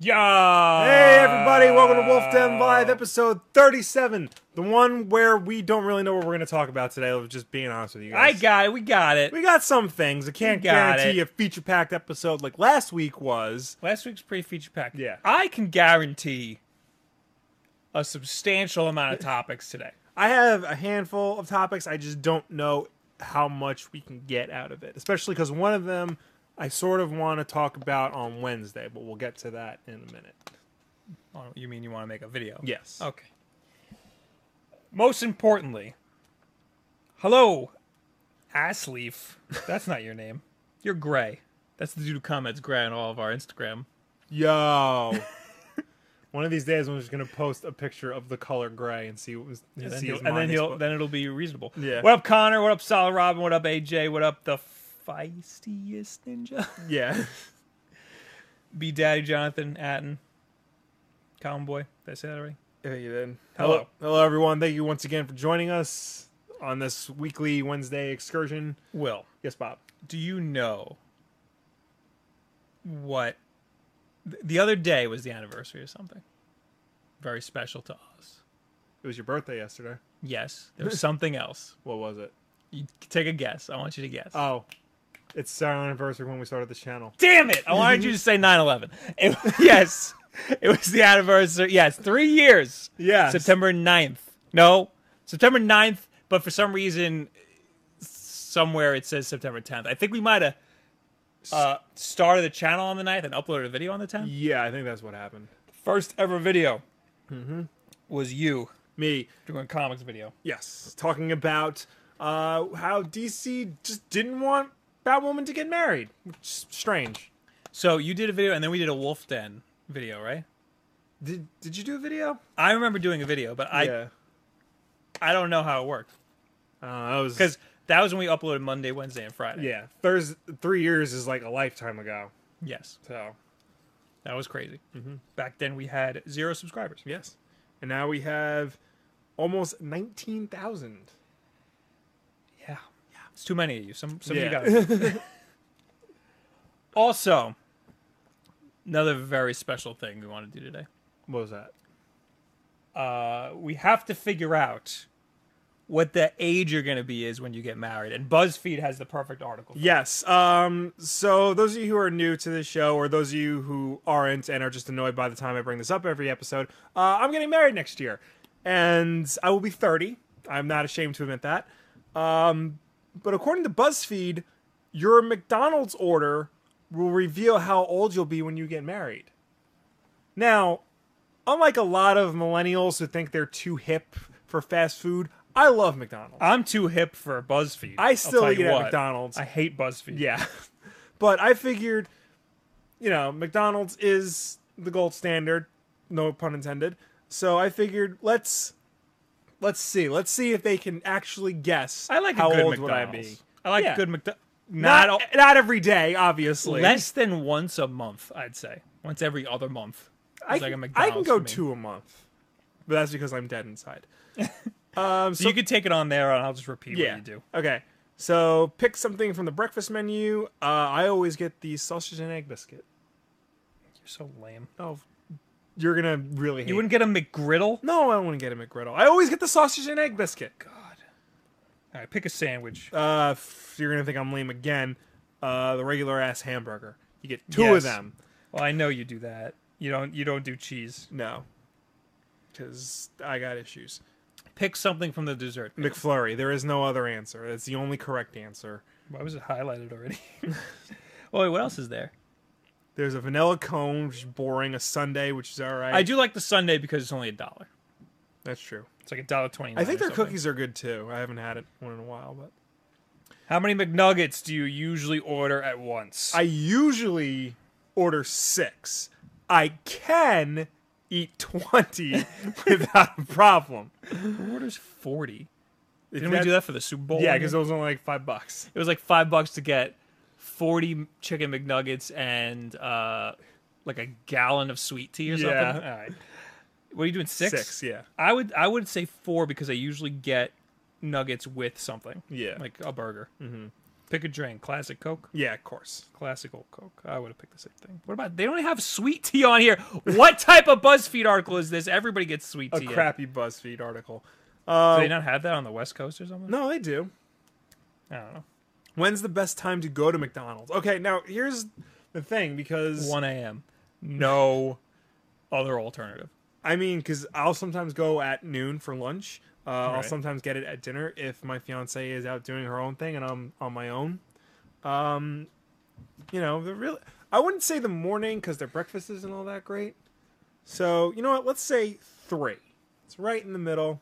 Yeah. Hey everybody, welcome to Wolf Den Live, episode 37, the one where we don't really know what we're going to talk about today. Just being honest with you I guys, got it. We got it. we got some things. I can't We got guarantee it. a feature-packed episode like last week was. Last week's pretty feature pack. Yeah. I can guarantee a substantial amount of topics today. I have a handful of topics. I just don't know how much we can get out of it, especially because one of them I sort of want to talk about on Wednesday, but we'll get to that in a minute. Oh. Oh, you mean you want to make a video? Yes. Okay. Most importantly, hello, Assleaf. That's not your name. You're Gray. That's the dude who comments Gray on all of our Instagram. Yo. One of these days, I'm just gonna post a picture of the color gray and see what was. And then, see he'll, his and then mind he'll explode. then it'll be reasonable. Yeah. What up, Connor? What up, Solid Robin? What up, AJ? What up, the feistiest ninja? Yeah. Be Daddy Jonathan Atten. Cowboy. Did I say that already? Yeah, you did. Hello. Hello. Hello, everyone. Thank you once again for joining us on this weekly Wednesday excursion. Will, Yes, Bob. do you know what th- the other day was the anniversary of something very special to us? It was your birthday yesterday. Yes, there was something else. What was it? You take a guess. I want you to guess. Oh, it's our anniversary when we started this channel. Damn it! I wanted you to say 9/11. It- yes, it was the anniversary. Yes, three years. Yes. September 9th. No, September 9th, but for some reason, somewhere it says September 10th. I think we might have uh, started the channel on the 9th and uploaded a video on the 10th. Yeah, I think that's what happened. First ever video Mm-hmm. was you Me. doing comics video. Yes. Talking about uh, how DC just didn't want Batwoman to get married. Which is strange. So you did a video, and then we did a Wolf Den video, right? Did Did you do a video? I remember doing a video, but I yeah. I don't know how it worked Uh, that was because that was when we uploaded Monday, Wednesday, and Friday. yeah. Thursday, three years is like a lifetime ago. Yes. So That was crazy. Back then, we had zero subscribers. Yes. And now we have almost 19,000. Yeah, yeah. It's too many of you. Some, some Yeah. of you got. it. also, another very special thing we want to do today. What was that? Uh, we have to figure out what the age you're going to be is when you get married, and BuzzFeed has the perfect article. Yes. Um, so, those of you who are new to this show, or those of you who aren't and are just annoyed by the time I bring this up every episode, uh, I'm getting married next year. And I will be 30. I'm not ashamed to admit that. Um, but according to BuzzFeed, your McDonald's order will reveal how old you'll be when you get married. Now, unlike a lot of millennials who think they're too hip for fast food, I love McDonald's. I'm too hip for BuzzFeed. I I'll still tell eat you at what. McDonald's. I hate BuzzFeed. Yeah. But I figured, you know, McDonald's is the gold standard, no pun intended. So I figured let's let's see. Let's see if they can actually guess I like how a good old McDonald's. would I be. I like Yeah. good McDonald's. Not Not, not, al- every day, obviously. less than once a month, I'd say. Once every other month. I, It's can- like a I McDonald's can go for me. two a month. But that's because I'm dead inside. um So, you could take it on there, and I'll just repeat what you do. Okay. So pick something from the breakfast menu. Uh, I always get the sausage and egg biscuit. You're so lame. Oh, you're gonna really hate You wouldn't get a McGriddle. No, I don't want to get a McGriddle. I always get the sausage and egg biscuit. God. All right, pick a sandwich. Uh, f- you're gonna think I'm lame again. Uh, the regular ass hamburger. You get two Yes. of them. Well, I know you do that. You don't. You don't do cheese. No, because I got issues. Pick something from the dessert. menu. McFlurry. There is no other answer. That's the only correct answer. Why was it highlighted already? oh, wait, what else is there? There's a vanilla cone, which is boring. A sundae, which is all right. I do like the Sunday because it's only a dollar. That's true. It's like a dollar twenty. I think their cookies are good too. I haven't had it one in a while, but How many McNuggets do you usually order at once? I usually order six. I can eat twenty without a problem. orders forty. If Didn't we that- do that for the Super Bowl? Yeah, one because it year? was only like five bucks. it was like five bucks to get forty chicken McNuggets and uh, like a gallon of sweet tea or Yeah. something. All right. What are you doing? Six. Six, yeah. I would I would say four because I usually get nuggets with something. Yeah. Like a burger. Mm-hmm. Pick a drink. Classic Coke. Yeah, of course. Classic old Coke. I would have picked the same thing. What about they don't have sweet tea on here? What type of BuzzFeed article is this? Everybody gets sweet A tea. crappy BuzzFeed article. Do they not have that on the West Coast or something? No, they do. I don't know. When's the best time to go to McDonald's? Okay, now here's the thing because 1 a.m. no, Other alternative. I mean because I'll sometimes go at noon for lunch. Uh, I'll Right. sometimes get it at dinner if my fiance is out doing her own thing and I'm on my own. Um, you know, the real I wouldn't say the morning because their breakfast isn't all that great. So you know what? Let's say three. It's right in the middle.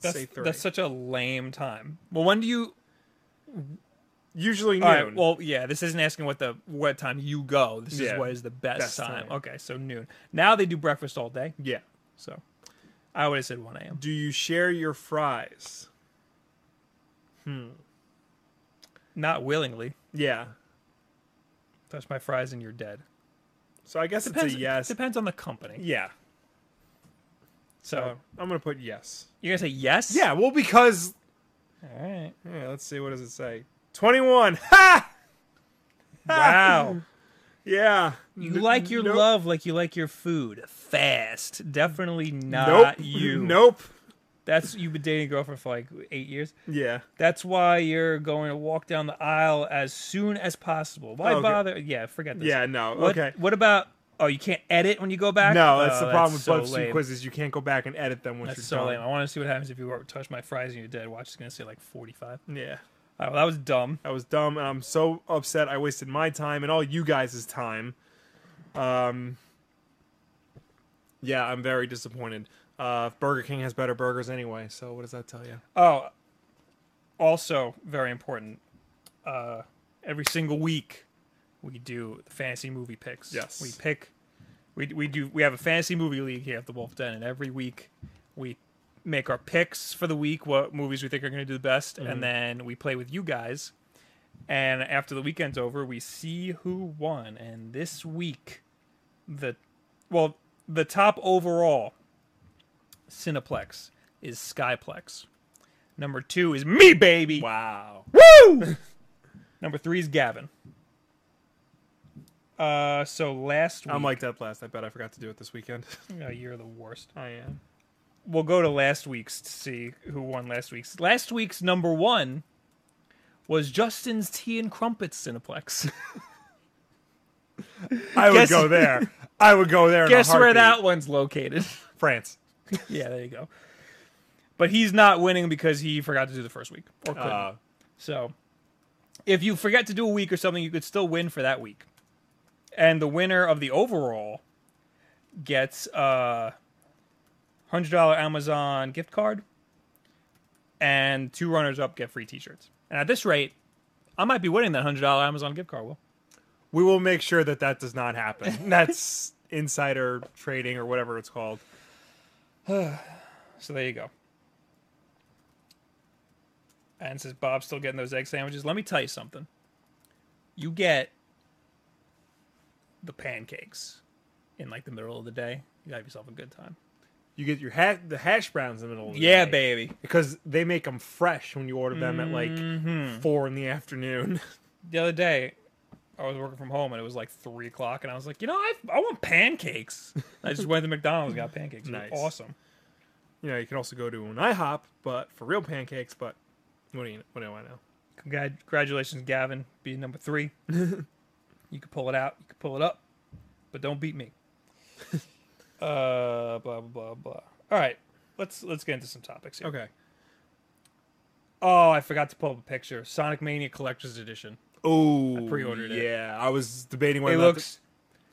That's, say three. that's such a lame time. Well, when do you? Usually noon. All right. Well, yeah. This isn't asking what the what time you go. This Yeah. is what is the best, Best time. time. Okay, so noon. Now they do breakfast all day. yeah. So I would have said 1 a.m. Do you share your fries? Not willingly. Yeah. Touch my fries and you're dead. So I guess Depends. it's a yes. Depends on the company. Yeah. Uh, So I'm gonna put yes. you're Oh. gonna say yes. Yeah, well, because All right. yeah, let's see, what does it say? Twenty-one. Ha! Wow. Yeah. You like your nope. love like you like your food. Fast. Definitely Nope. not you. Nope. That's you've been dating a girlfriend for like eight years. Yeah. That's why you're going to walk down the aisle as soon as possible. Why Okay. bother? Yeah, forget this. Yeah. No. What, okay. What about? Oh, you can't edit when you go back. No, that's Oh, the problem so with BuzzFeed lame. quizzes. You can't go back and edit them once That's you're so lame. done. I want to see what happens if you were- touch my fries and you're dead. Watch is gonna say like 45. All Yeah. right, well that was dumb. That was dumb, and I'm so upset. I wasted my time and all you guys' time. Um. Yeah, I'm very disappointed. Uh, Burger King has better burgers anyway, so what does that tell you? Oh, also very important. Uh, every single week, we do the fantasy movie picks. Yes. we pick. We we do. We have a fantasy movie league here at the Wolf Den, and every week we make our picks for the week, what movies we think are going to do the best, and then we play with you guys. And after the weekend's over, we see who won. And this week, the well, the top overall Cineplex is Skyplex. Number two is me, baby. Wow. Woo! Number three is Gavin. Uh, so last week, I'm like that last. I bet I forgot to do it this weekend. oh, you're the worst. I am. We'll go to last week's to see who won last week's. Last week's number one was Justin's Tea and Crumpets Cineplex. I would Guess- go there. I would go there. in a Guess where heartbeat. that one's located. France. yeah, there you go. But he's not winning because he forgot to do the first week or couldn't. Uh, So if you forget to do a week or something, you could still win for that week. And the winner of the overall gets a hundred dollar Amazon gift card, and two runners up get free T-shirts. And at this rate, I might be winning that hundred dollar Amazon gift card. Will we will make sure that that does not happen. That's insider trading or whatever it's called. so there you go. And says Bob's still getting those egg sandwiches. Let me tell you something. You get the pancakes in like the middle of the day. You have yourself a good time. You get your ha- the hash browns in the middle. Of the Yeah, day baby. Because they make them fresh when you order them Mm. at like four in the afternoon. Mm-hmm. the other day I was working from home and it was like three o'clock and I was like, you know, I, I want pancakes. And I just went to McDonald's and got pancakes. It was Nice. Awesome. you know, you can also go to an IHOP, but for real pancakes. But what do you? What do I know? Congrat- Congratulations, Gavin, being number three. you can pull it out, you can pull it up, but don't beat me. uh, blah blah blah blah. All right, let's let's get into some topics here. Okay. Oh, I forgot to pull up a picture. Sonic Mania Collector's Edition. Oh, pre-ordered it. Yeah, I was debating It whether or not to- looks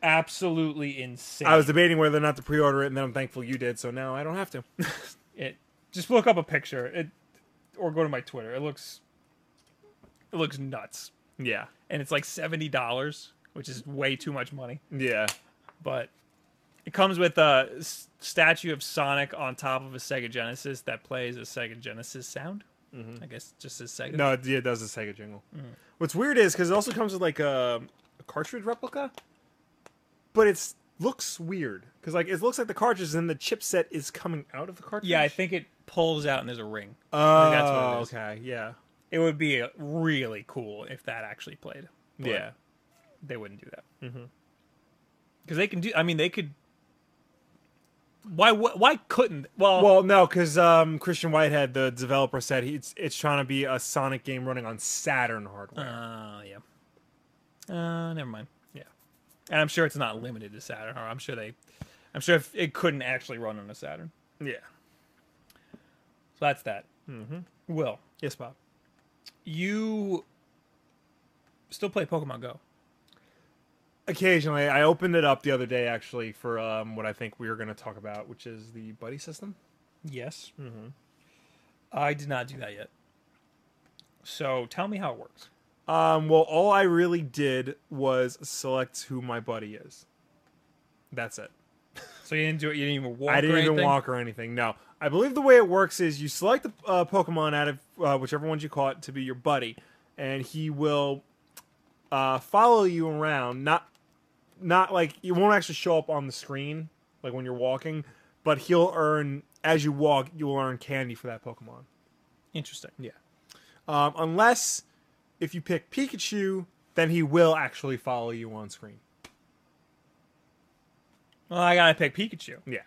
absolutely insane. I was debating whether or not to pre-order it, and then I'm thankful you did. So now I don't have to. it just look up a picture it or go to my twitter it looks it looks nuts Yeah. and it's like $70 which is way too much money Yeah. but it comes with a s- statue of sonic on top of a sega genesis that plays a sega genesis sound i guess just says sega No, it, yeah, it does a Sega jingle. Mm. What's weird is because it also comes with like a, a cartridge replica, but it's looks weird because like it looks like the cartridge and the chipset is coming out of the cartridge. yeah i think it pulls out and there's a ring Oh, that's what it is. okay. Yeah. It would be uh, really cool if that actually played. But Yeah. they wouldn't do that because they can do. I mean, they could. Why? wou- Why couldn't? Well, Well, no, because um, Christian Whitehead, the developer, said he, it's it's trying to be a Sonic game running on Saturn hardware. uh, yeah. Uh, never mind. Yeah, and I'm sure it's not limited to Saturn. Or I'm sure they, I'm sure if it couldn't actually run on a Saturn. yeah. So that's that. Mm-hmm. Will Yes, Bob. you still play Pokemon Go? Occasionally, I opened it up the other day actually for um, what I think we were going to talk about, which is the buddy system. Yes. Mm-hmm. I did not do that yet. So tell me how it works. Um, well, all I really did was select who my buddy is. That's it. So you didn't do it. You didn't even walk. I didn't or even anything? walk or anything. No, I believe the way it works is you select the uh, Pokemon out of uh, whichever ones you caught to be your buddy, and he will uh, follow you around. Not, not like you won't actually show up on the screen like when you're walking, but he'll earn as you walk. You'll earn candy for that Pokemon. Interesting. Yeah. Um, unless if you pick Pikachu, then he will actually follow you on screen. Well, I gotta pick Pikachu. Yeah.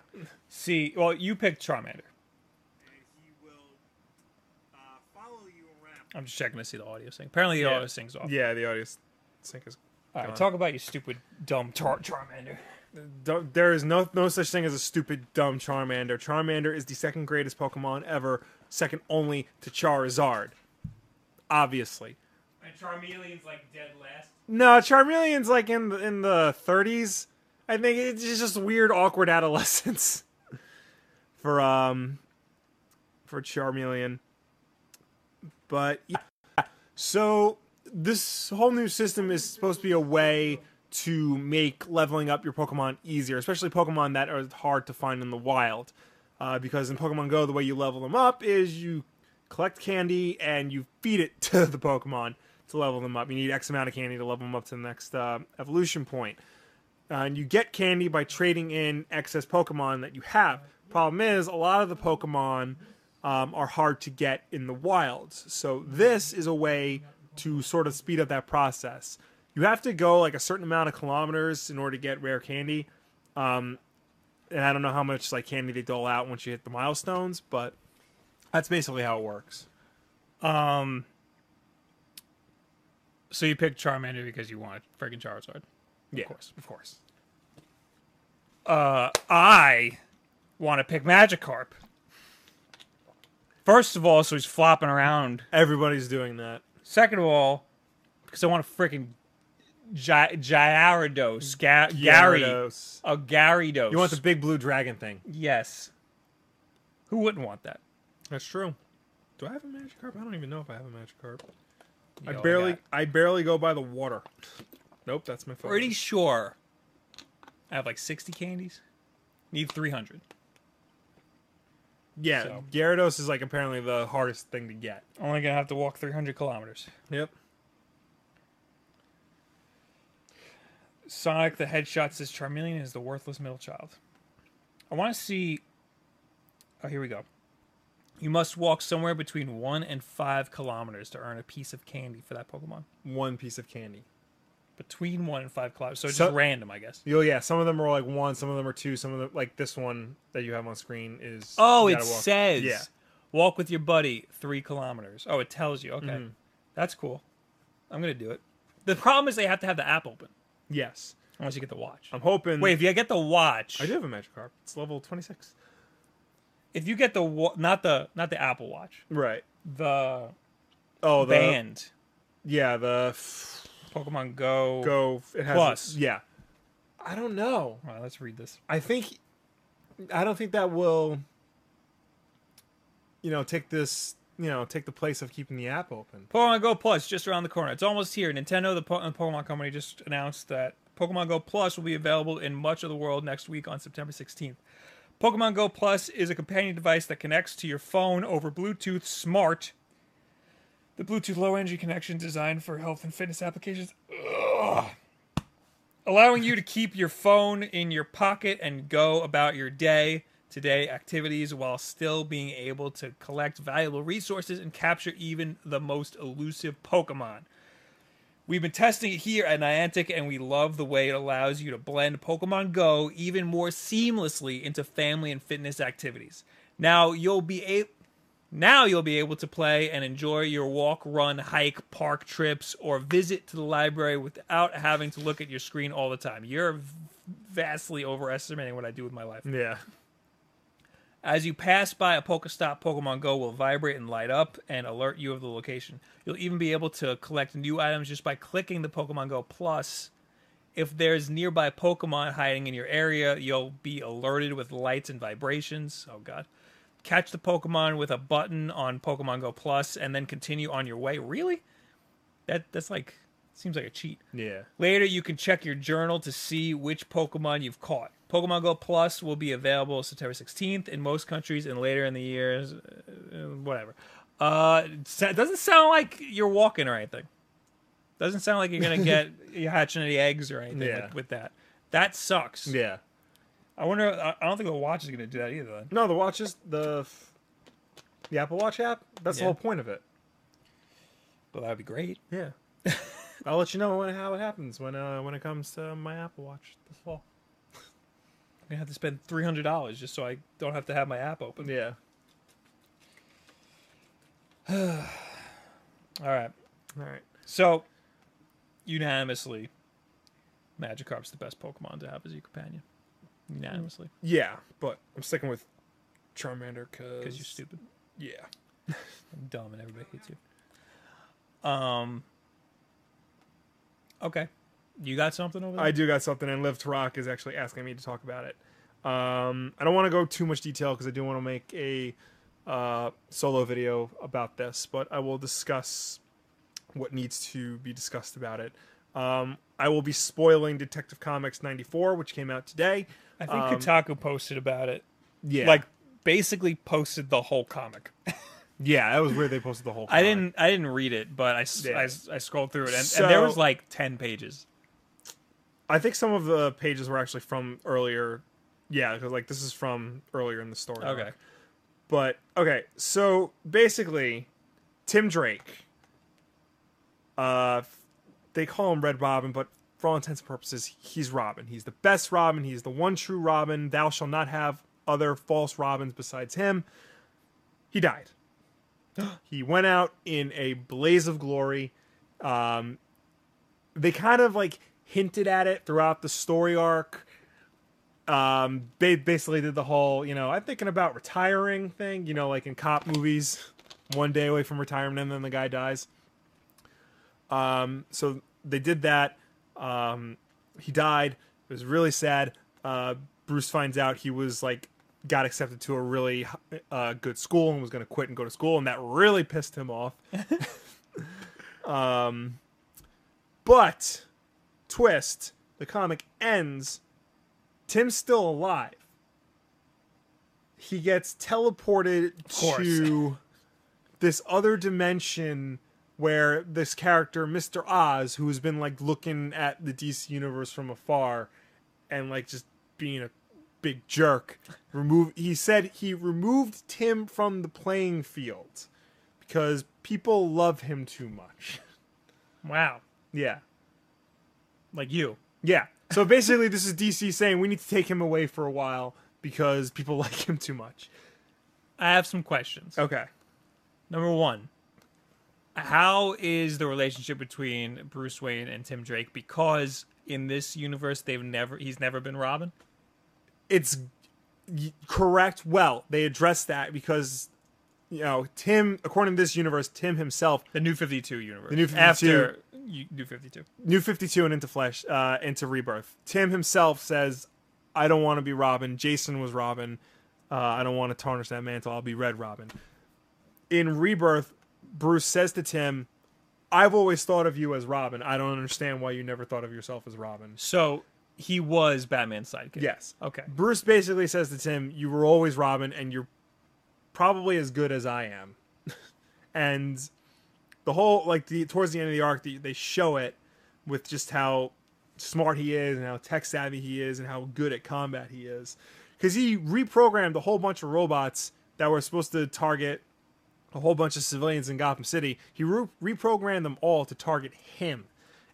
See, well, you picked Charmander. I'm just checking to see the audio sync. Apparently, the Yeah. audio sync's off. Yeah, the audience sync is. All right, gone. talk about your stupid, dumb tar- Charmander. Don't- there is no no such thing as a stupid dumb Charmander. Charmander is the second greatest Pokemon ever, second only to Charizard. Obviously, And Charmeleon's like dead last. no, Charmeleon's like in the, in the 30s. I think it's just weird, awkward adolescence for um for Charmeleon. But yeah. So this whole new system is supposed to be a way to make leveling up your Pokemon easier, especially Pokemon that are hard to find in the wild. Uh, because in Pokemon Go, the way you level them up is you collect candy and you feed it to the Pokemon to level them up. You need X amount of candy to level them up to the next uh, evolution point. Uh, and you get candy by trading in excess Pokemon that you have. Problem is, a lot of the Pokemon um, are hard to get in the wilds. So this is a way to sort of speed up that process. You have to go like a certain amount of kilometers in order to get rare candy. Um, and I don't know how much like candy they dole out once you hit the milestones, but that's basically how it works. Um. So you picked Charmander because you wanted freaking Charizard. Yeah, of course. of course. Uh, I want to pick Magikarp. First of all, so he's flopping around. Everybody's doing that. Second of all, because I want a freaking Gy- Gyarados, Ga- Gary, a Gyarados. Gyarados. You want the big blue dragon thing? yes? Who wouldn't want that? That's true. Do I have a Magikarp? I don't even know if I have a Magikarp. Yo, I barely, got- I barely go by the water. Nope, that's my phone. pretty sure I have like sixty candies. Need three hundred. Yeah, so. Gyarados is like apparently the hardest thing to get. Only gonna have to walk three hundred kilometers. Yep. Sonic the Headshot says Charmeleon is the worthless middle child. I want to see. Oh, here we go. You must walk somewhere between one and five kilometers to earn a piece of candy for that Pokemon. One piece of candy. Between one and five kilometers, so it's So- just random, I guess. Oh yeah, some of them are like one, some of them are two, some of them like this one that you have on screen is. Oh, you it gotta walk- says Yeah. walk with your buddy three kilometers. Oh, it tells you. Okay, that's cool. I'm gonna do it. The problem is they have to have the app open Yes. unless you get the watch. I'm hoping. Wait, if you get the watch, Um, I do have a Magikarp. It's level twenty six. if you get the wa- not the not the Apple Watch, Right. the Oh, the band yeah the Pokemon Go. go. It has Plus. yeah. I don't know. All right, let's read this. I think I don't think that will you know take this you know take the place of keeping the app open. Pokemon Go Plus just around the corner. It's almost here. Nintendo, the po- and Pokemon Company, just announced that Pokemon Go Plus will be available in much of the world next week on September 16th. Pokemon Go Plus is a companion device that connects to your phone over Bluetooth Smart. The Bluetooth low energy connection designed for health and fitness applications. Ugh. Allowing you to keep your phone in your pocket and go about your day. today activities while still being able to collect valuable resources and capture even the most elusive Pokemon. We've been testing it here at Niantic, and we love the way it allows you to blend Pokemon Go even more seamlessly into family and fitness activities. Now you'll be able now you'll be able to play and enjoy your walk, run, hike, park trips, or visit to the library without having to look at your screen all the time. You're v- vastly overestimating what I do with my life. Yeah. As you pass by a Pokestop, Pokemon Go will vibrate and light up and alert you of the location. You'll even be able to collect new items just by clicking the Pokemon Go Plus. If there's nearby Pokemon hiding in your area, you'll be alerted with lights and vibrations. Oh, God. Catch the Pokemon with a button on Pokemon Go Plus and then continue on your way. Really? That That's like, seems like a cheat. Yeah. Later, you can check your journal to see which Pokemon you've caught. Pokemon Go Plus will be available September 16th in most countries and later in the years, uh, whatever. Uh, it doesn't sound like you're walking or anything. Doesn't sound like you're gonna get you're hatching any eggs or anything Yeah. with, with that. That sucks. Yeah. I wonder. I I don't think the watch is gonna do that either. Then. No, the watch is the f- the Apple Watch app. That's Yeah. the whole point of it. But that'd be great. Yeah. I'll let you know when how it happens when uh, when it comes to my Apple Watch this fall. I'm gonna have to spend three hundred dollars just so I don't have to have my app open. Yeah. All right. All right. So, unanimously, Magikarp's the best Pokemon to have as your companion. Unanimously, Yeah, but I'm sticking with Charmander because you're stupid, Yeah. and dumb, and everybody hates you. Um. Okay, you got something over there? I do got something, and Live to Rock is actually asking me to talk about it. Um, I don't want to go too much detail because I do want to make a uh, solo video about this, but I will discuss what needs to be discussed about it. Um, I will be spoiling Detective Comics 94, which came out today. Um, I think Kotaku posted about it. Yeah, Like basically posted the whole comic. yeah, that was where they posted the whole. I comic. didn't. I didn't read it, but I, s- Yeah. I s- I scrolled through it, and, and there So- was like ten pages. I think some of the pages were actually from earlier. Yeah, 'cause, like this is from earlier in the story. Okay. But okay, so basically, Tim Drake. Uh, f- they call him Red Robin, but for all intents and purposes, he's Robin. He's the best Robin. He's the one true Robin. Thou shall not have other false Robins besides him. He died. he went out in a blaze of glory. Um, they kind of like hinted at it throughout the story arc um they basically did the whole you know i'm thinking about retiring thing you know like in cop movies one day away from retirement and then the guy dies um so they did that um he died it was really sad uh bruce finds out he was like got accepted to a really uh, good school and was going to quit and go to school and that really pissed him off um but twist the comic ends Tim's still alive. He gets teleported course. to this other dimension where this character, Mr. Oz, who has been like looking at the DC universe from afar and like just being a big jerk, remove he said he removed Tim from the playing field because people love him too much. Wow. Yeah. Like you. Yeah. So basically, this is DC saying we need to take him away for a while because people like him too much. I have some questions. Okay. Number one, how is the relationship between Bruce Wayne and Tim Drake? Because in this universe, they've never he's never been Robin. It's y- correct. Well, they addressed that because, you know, Tim, according to this universe, Tim himself, The New Fifty Two universe. The New 52. after you- New Fifty Two. New 52 and into Flash, uh, into Rebirth, Tim himself says, I don't want to be Robin. Jason was Robin. Uh, I don't want to tarnish that mantle. I'll be Red Robin. In Rebirth, Bruce says to Tim, I've always thought of you as Robin. I don't understand why you never thought of yourself as Robin. So he was Batman's sidekick. Yes. Okay. Bruce basically says to Tim, "You were always Robin, and you're probably as good as I am." and the whole like the towards the end of the arc, the, they show it with just how smart he is, and how tech savvy he is, and how good at combat he is. because he reprogrammed a whole bunch of robots that were supposed to target a whole bunch of civilians in Gotham City. He re- reprogrammed them all to target him,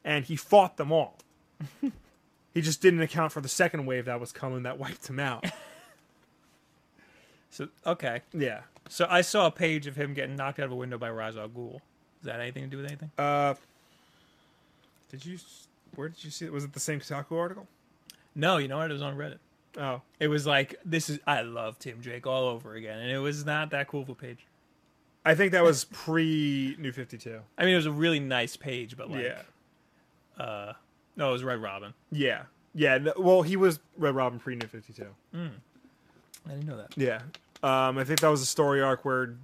and he fought them all. he just didn't account for the second wave that was coming that wiped him out. So okay. Yeah. So I saw a page of him getting knocked out of a window by Ra's al Ghul. Does that anything to do with anything? Uh, did you? s- Where did you see it? Was it the same Kotaku article? No, you know what? It was on Reddit. Oh, It was like this is I love Tim Drake all over again, and it was not that cool of a page. I think that was pre New Fifty Two. I mean, it was a really nice page, but like, yeah. no, it was Red Robin. Yeah. Yeah. no- well, he was Red Robin pre New Fifty Two. I didn't know that. Yeah. Um, I think that was a story arc where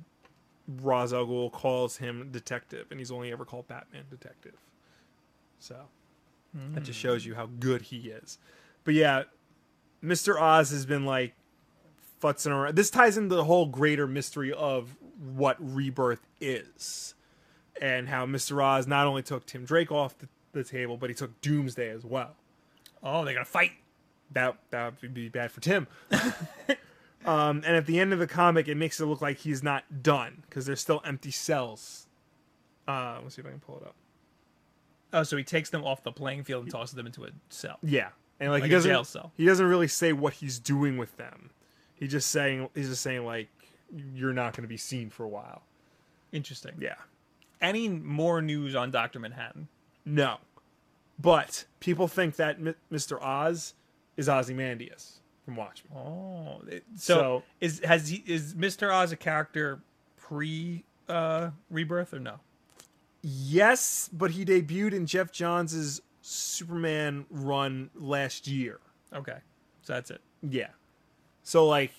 Ra's al Ghul calls him detective, and he's only ever called Batman detective. So that just shows you how good he is. But yeah, Mr. Oz has been like futzing around. This ties into the whole greater mystery of what rebirth is, and how Mr. Oz not only took Tim Drake off the, the table, but he took Doomsday as well Oh, they're gonna fight. that that would be bad for Tim. um, and at the end of the comic, it makes it look like he's not done because there's still empty cells. Uh, let's see if I can pull it up. Oh, so he takes them off the playing field and tosses them into a cell. Yeah, and like, Like he a doesn't jail cell. he doesn't really say what he's doing with them. He just saying he's just saying like you're not going to be seen for a while. Interesting. Yeah, Any more news on Doctor Manhattan? no, but people think that M- Mr. Oz is Ozymandias from Watchmen. Oh, it- so, So- is has he is Mister Oz a character pre uh, rebirth or no? Yes, but he debuted in Jeff Johns' Superman run last year. Okay, so that's it. Yeah. So like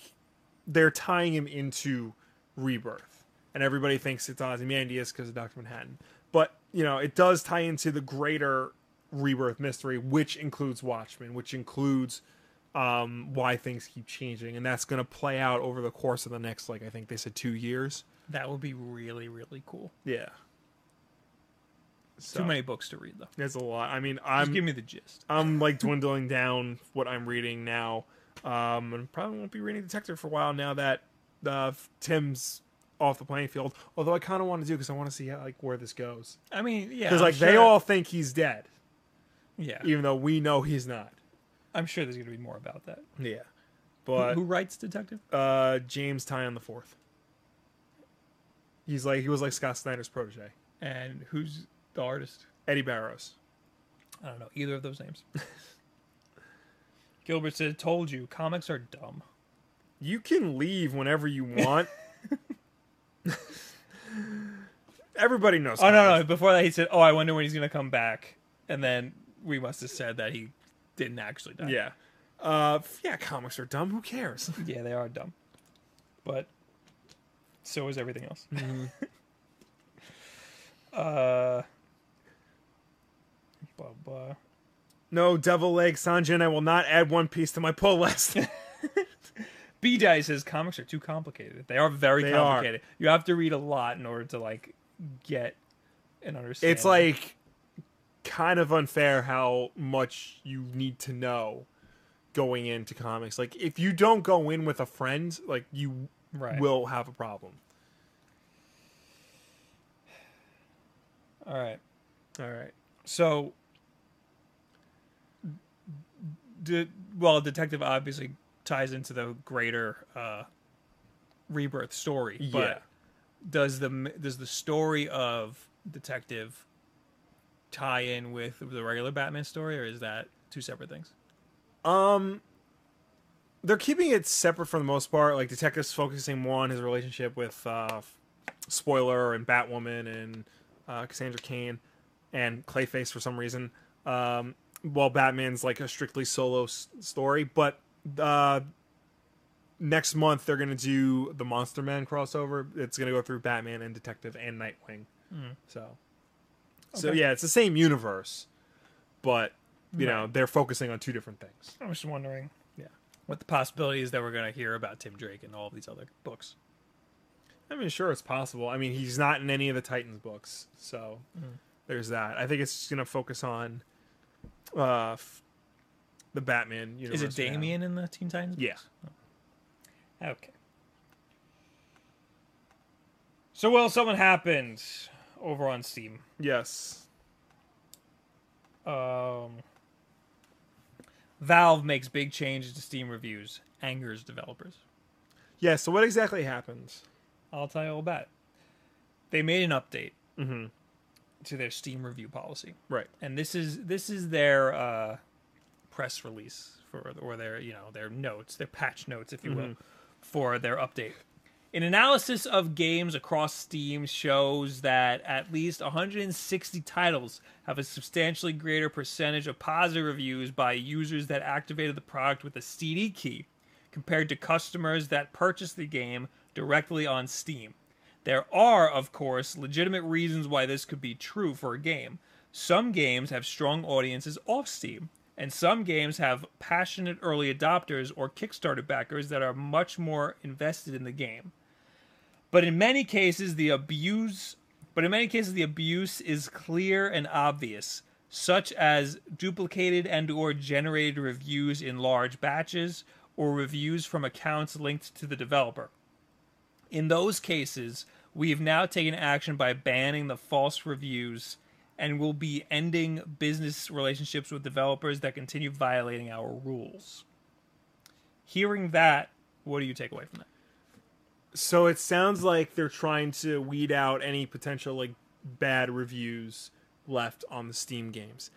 they're tying him into rebirth. And everybody thinks it's Ozymandias because of Dr. Manhattan. But, you know, it does tie into the greater rebirth mystery, which includes Watchmen, which includes um, why things keep changing. And that's going to play out over the course of the next, like, I think they said two years. That would be really really cool. Yeah. So, Too many books to read though. That's a lot. I mean, Just I'm. give me the gist. I'm like dwindling down what I'm reading now. Um, and probably won't be reading Detective for a while now that uh, Tim's off the playing field. Although I kind of want to do because I want to see how, like where this goes. I mean, yeah, Because I'm like they sure- all think he's dead, yeah. even though we know he's not. I'm sure there's gonna be more about that. Yeah, but Who writes Detective? uh, James Ty on the fourth. He's like he was like Scott Snyder's protege, And who's the artist? Eddie Barrows. I don't know either of those names. Gilbert said, "Told you, comics are dumb." You can leave whenever you want. Everybody knows. Oh no, no! Before that, he said, "Oh, I wonder when he's gonna come back," and then we must have said that he didn't actually die. Yeah. Uh, f- yeah, comics are dumb. Who cares? yeah, they are dumb, but so is everything else. Mm-hmm. uh, blah blah. no, Devil Leg Sanjin, I will not add One Piece to my pull list. B Dye says comics are too complicated. They are very They are. complicated. You have to read a lot in order to like get and understand. it's like kind of unfair how much you need to know going into comics. Like, if you don't go in with a friend, like, you Right. will have a problem. all right. All right. So, de- well, detective obviously ties into the greater uh, rebirth story. Yeah. But does the m- does the story of detective tie in with the regular Batman story, or is that two separate things? They're keeping it separate for the most part. Like, Detective's focusing more on his relationship with uh, Spoiler and Batwoman and uh, Cassandra Cain and Clayface for some reason. Um, while Batman's like a strictly solo s- story, but uh, next month they're gonna do the Monster Man crossover. It's gonna go through Batman and Detective and Nightwing. So, Hmm. so Okay. yeah, it's the same universe, but you know Right. they're focusing on two different things. I was just wondering. Yeah. What the possibilities that we're going to hear about Tim Drake and all of these other books. I mean, sure, it's possible. I mean, he's not in any of the Titans books, so Mm. there's that. I think it's just gonna focus on uh, f- the Batman universe. Is it we have. Damien in the Teen Titans? Yeah. Okay. So, well, something happened over on Steam. Yes. Um, Valve makes big changes to Steam reviews, angers developers. Yeah. So what exactly happened? I'll tell you all about it. They made an update to their Steam review policy, Right. and this is this is their uh, press release for or their you know their notes, their patch notes, if you will, for their update. An analysis of games across Steam shows that at least 160 titles have a substantially greater percentage of positive reviews by users that activated the product with a CD key compared to customers that purchased the game directly on Steam. There are, of course, legitimate reasons why this could be true for a game. Some games have strong audiences off Steam, and some games have passionate early adopters or Kickstarter backers that are much more invested in the game. But in many cases, the abuse but in many cases the abuse is clear and obvious, such as duplicated and or generated reviews in large batches or reviews from accounts linked to the developer. In those cases, we have now taken action by banning the false reviews and will be ending business relationships with developers that continue violating our rules. Hearing that, what do you take away from that? So it sounds like they're trying to weed out any potential like bad reviews left on the Steam games.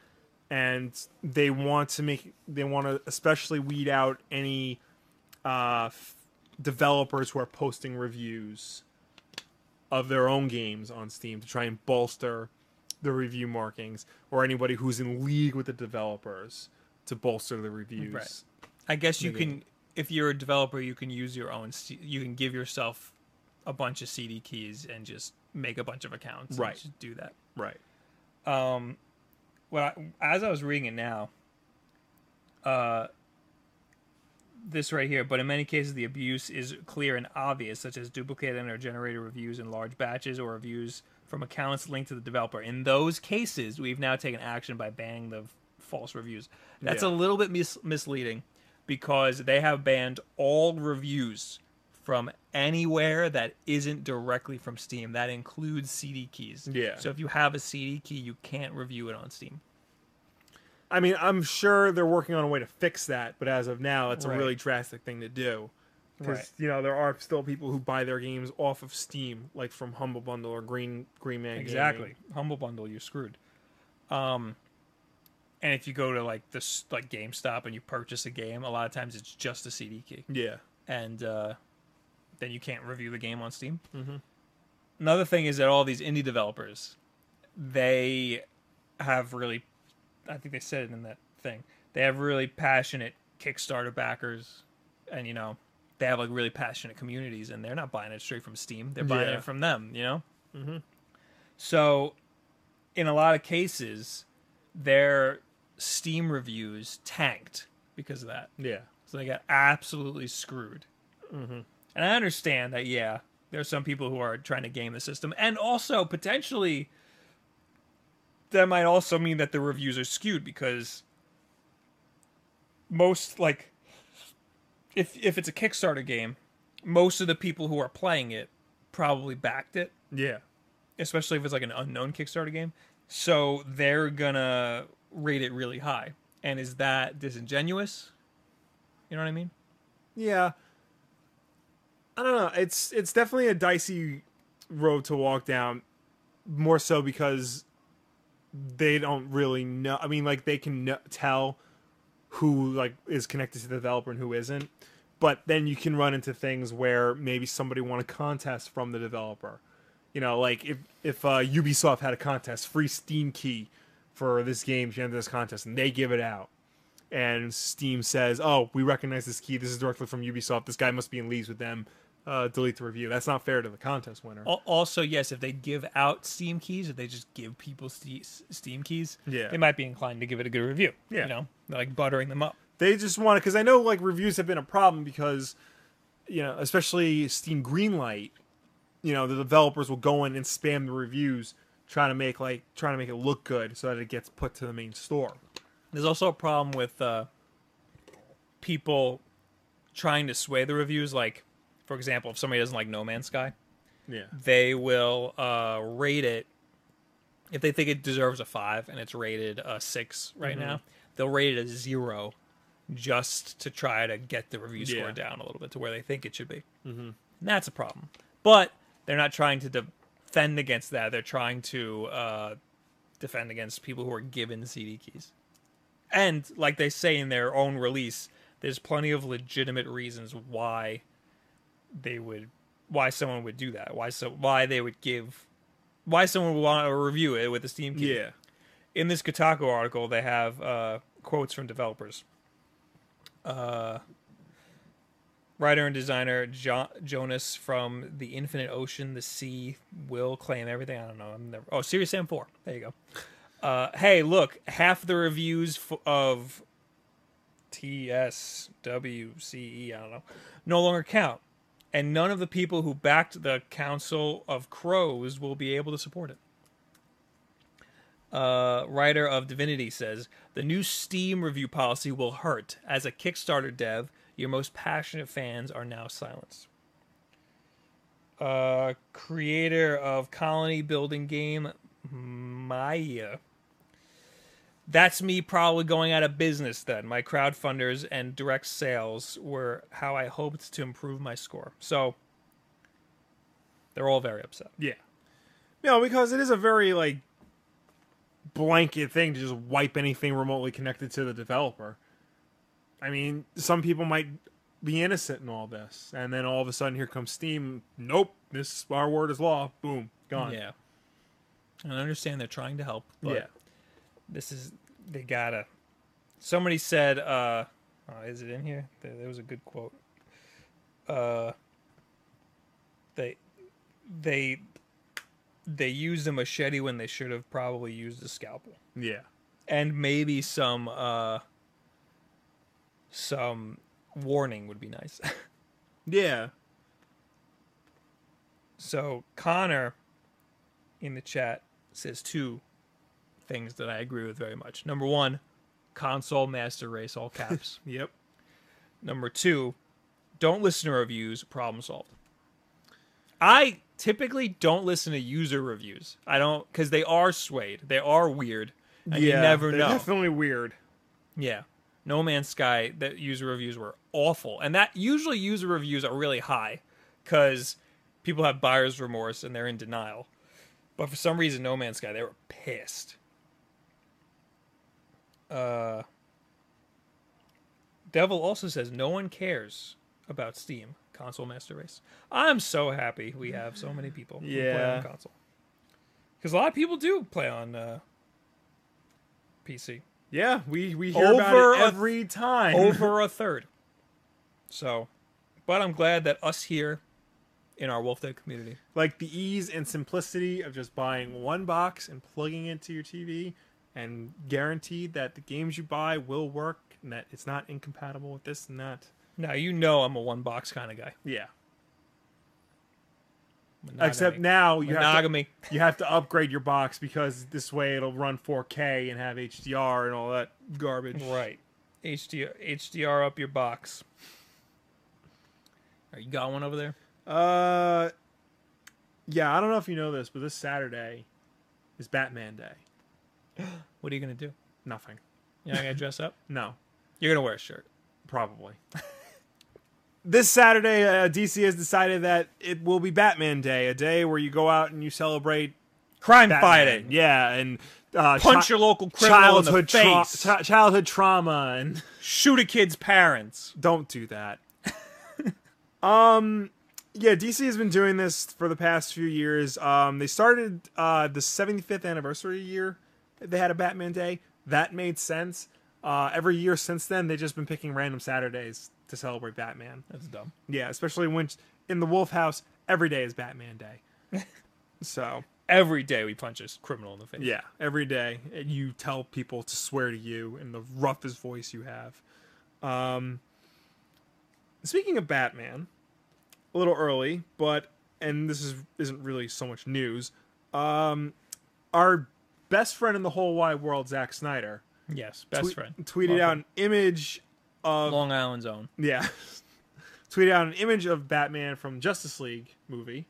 And they want to make they want to especially weed out any uh f- developers who are posting reviews of their own games on Steam to try and bolster the review markings or anybody who's in league with the developers to bolster the reviews. Right. I guess you Maybe. can, if you're a developer, you can use your own. C- You can give yourself a bunch of CD keys and just make a bunch of accounts. and Right. just do that. Right. um when I, as I was reading it now, uh, this right here. But in many cases, the abuse is clear and obvious, such as duplicated and or generated reviews in large batches or reviews from accounts linked to the developer. In those cases, we've now taken action by banning the false reviews. That's Yeah. a little bit mis- misleading because they have banned all reviews from anywhere that isn't directly from Steam. That includes CD keys. Yeah. So if you have a CD key, you can't review it on Steam. I mean, I'm sure they're working on a way to fix that, but as of now, it's Right. a really drastic thing to do. Because Right. you know there are still people who buy their games off of Steam, like from Humble Bundle or Green Green Man. Gaming. Exactly. Humble Bundle, you're screwed. Um, and if you go to like this like GameStop and you purchase a game, a lot of times it's just a CD key, Yeah. and uh, then you can't review the game on Steam. Mm-hmm. Another thing is that all these indie developers, they have really, I think they said it in that thing. They have really passionate Kickstarter backers, and you know, they have like really passionate communities, and they're not buying it straight from Steam. They're buying Yeah. it from them. You know. So, in a lot of cases, their Steam reviews tanked because of that. Yeah. So they got absolutely screwed. Mm-hmm. And I understand that, yeah, there are some people who are trying to game the system. And also, potentially, that might also mean that the reviews are skewed because most, like, if, if it's a Kickstarter game, most of the people who are playing it probably backed it Yeah. especially if it's like an unknown Kickstarter game. So they're gonna rate it really high. And is that disingenuous? You know what I mean? Yeah. I don't know. It's it's definitely a dicey road to walk down, more so because they don't really know. I mean, like they can kn- tell who like is connected to the developer and who isn't, but then you can run into things where maybe somebody won a contest from the developer. You know, like if if uh, Ubisoft had a contest, free Steam key for this game, if you enter this contest, and they give it out and Steam says, "Oh, we recognize this key. This is directly from Ubisoft. This guy must be in leagues with them. Uh, delete the review. That's not fair to the contest winner." Al- Also, yes, if they give out Steam keys, if they just give people Ste- Steam keys, Yeah. they might be inclined to give it a good review. Yeah. You know, They're, like buttering them up. They just want to because I know like reviews have been a problem because you know, especially Steam Greenlight, you know, the developers will go in and spam the reviews trying to make like trying to make it look good so that it gets put to the main store. There's also a problem with uh, people trying to sway the reviews. Like, for example, if somebody doesn't like No Man's Sky, Yeah. they will uh, rate it if they think it deserves a five and it's rated a six right now. They'll rate it a zero just to try to get the review score Yeah. down a little bit to where they think it should be. Mm-hmm. And that's a problem. But they're not trying to defend against that. They're trying to uh, defend against people who are given CD keys. And like they say in their own release, there's plenty of legitimate reasons why they would why someone would do that. Why so why they would give why someone would want to review it with a Steam key. Yeah. In this Kotaku article, they have uh, quotes from developers. Uh, writer and designer jo- Jonas from The Infinite Ocean, The Sea, Will Claim Everything. I don't know. I'm never- oh, Serious Sam 4. There you go. Uh, hey, look, half the reviews f- of TSWCE, E, I don't know, no longer count. And none of the people who backed the Council of Crows will be able to support it uh, writer of Divinity says the new Steam review policy will hurt. As a Kickstarter dev, your most passionate fans are now silenced. Uh, creator of colony building game Maya. That's me probably going out of business then. My crowdfunders and direct sales were how I hoped to improve my score. So they're all very upset. Yeah. No, because it is a very like blanket thing to just wipe anything remotely connected to the developer. I mean, some people might be innocent in all this, and then all of a sudden here comes Steam. Nope, this our word is law. Boom, gone. Yeah. And I understand they're trying to help, but yeah. this is they gotta somebody said uh oh, is it in here there, there was a good quote uh they they they used a machete when they should have probably used a scalpel Yeah. and maybe some uh some warning would be nice Yeah. So Connor in the chat says two things that I agree with very much. Number one, console master race, all caps. Yep. Number two, don't listen to reviews, problem solved. I typically don't listen to user reviews. I don't because they are swayed. They are weird. And you never they're know. Definitely weird. Yeah. No Man's Sky, the user reviews were awful. And that usually user reviews are really high because people have buyer's remorse and they're in denial. But for some reason, No Man's Sky, they were pissed. Uh, Devil also says no one cares about Steam console master race. I'm so happy we have so many people who play Yeah. on console because a lot of people do play on uh, PC. Yeah, we we hear about Over it a- every time. over a third. So, but I'm glad that us here in our Wolf Den community. like the ease and simplicity of just buying one box and plugging it to your TV and guaranteed that the games you buy will work and that it's not incompatible with this and that. Now you know I'm a one box kind of guy. Yeah. Monogamy. Except now you have, to, monogamy. you have to upgrade your box because this way it'll run 4K and have HDR and all that garbage. Right. HDR, HDR up your box. Are you got one over there? Uh Yeah, I don't know if you know this, but this Saturday is Batman Day. What are you gonna do? Nothing. You're not gonna dress up? No. You're gonna wear a shirt. Probably. this Saturday, uh, DC has decided that it will be Batman Day, a day where you go out and you celebrate Crime Batman. fighting. Yeah, and uh, Punch chi- your local criminal childhood in the tra- face. chi- childhood trauma, and Shoot a kid's parents. don't do that. um, yeah, DC has been doing this for the past few years. Um, they started uh, the 75th anniversary year. They had a Batman Day. That made sense. Uh, every year since then, they've just been picking random Saturdays to celebrate Batman. That's dumb. Yeah, especially when in the Wolf House, every day is Batman Day. so Every day we punch a criminal in the face. yeah, every day and you tell people to swear to you in the roughest voice you have. Um, speaking of Batman, a little early, but and this is isn't really so much news. Um, our best friend in the whole wide world, Zack Snyder, Yes. Best twe- friend. tweeted Love out him. an image Long Island Zone. Yeah. Tweeted out an image of Batman from Justice League movie.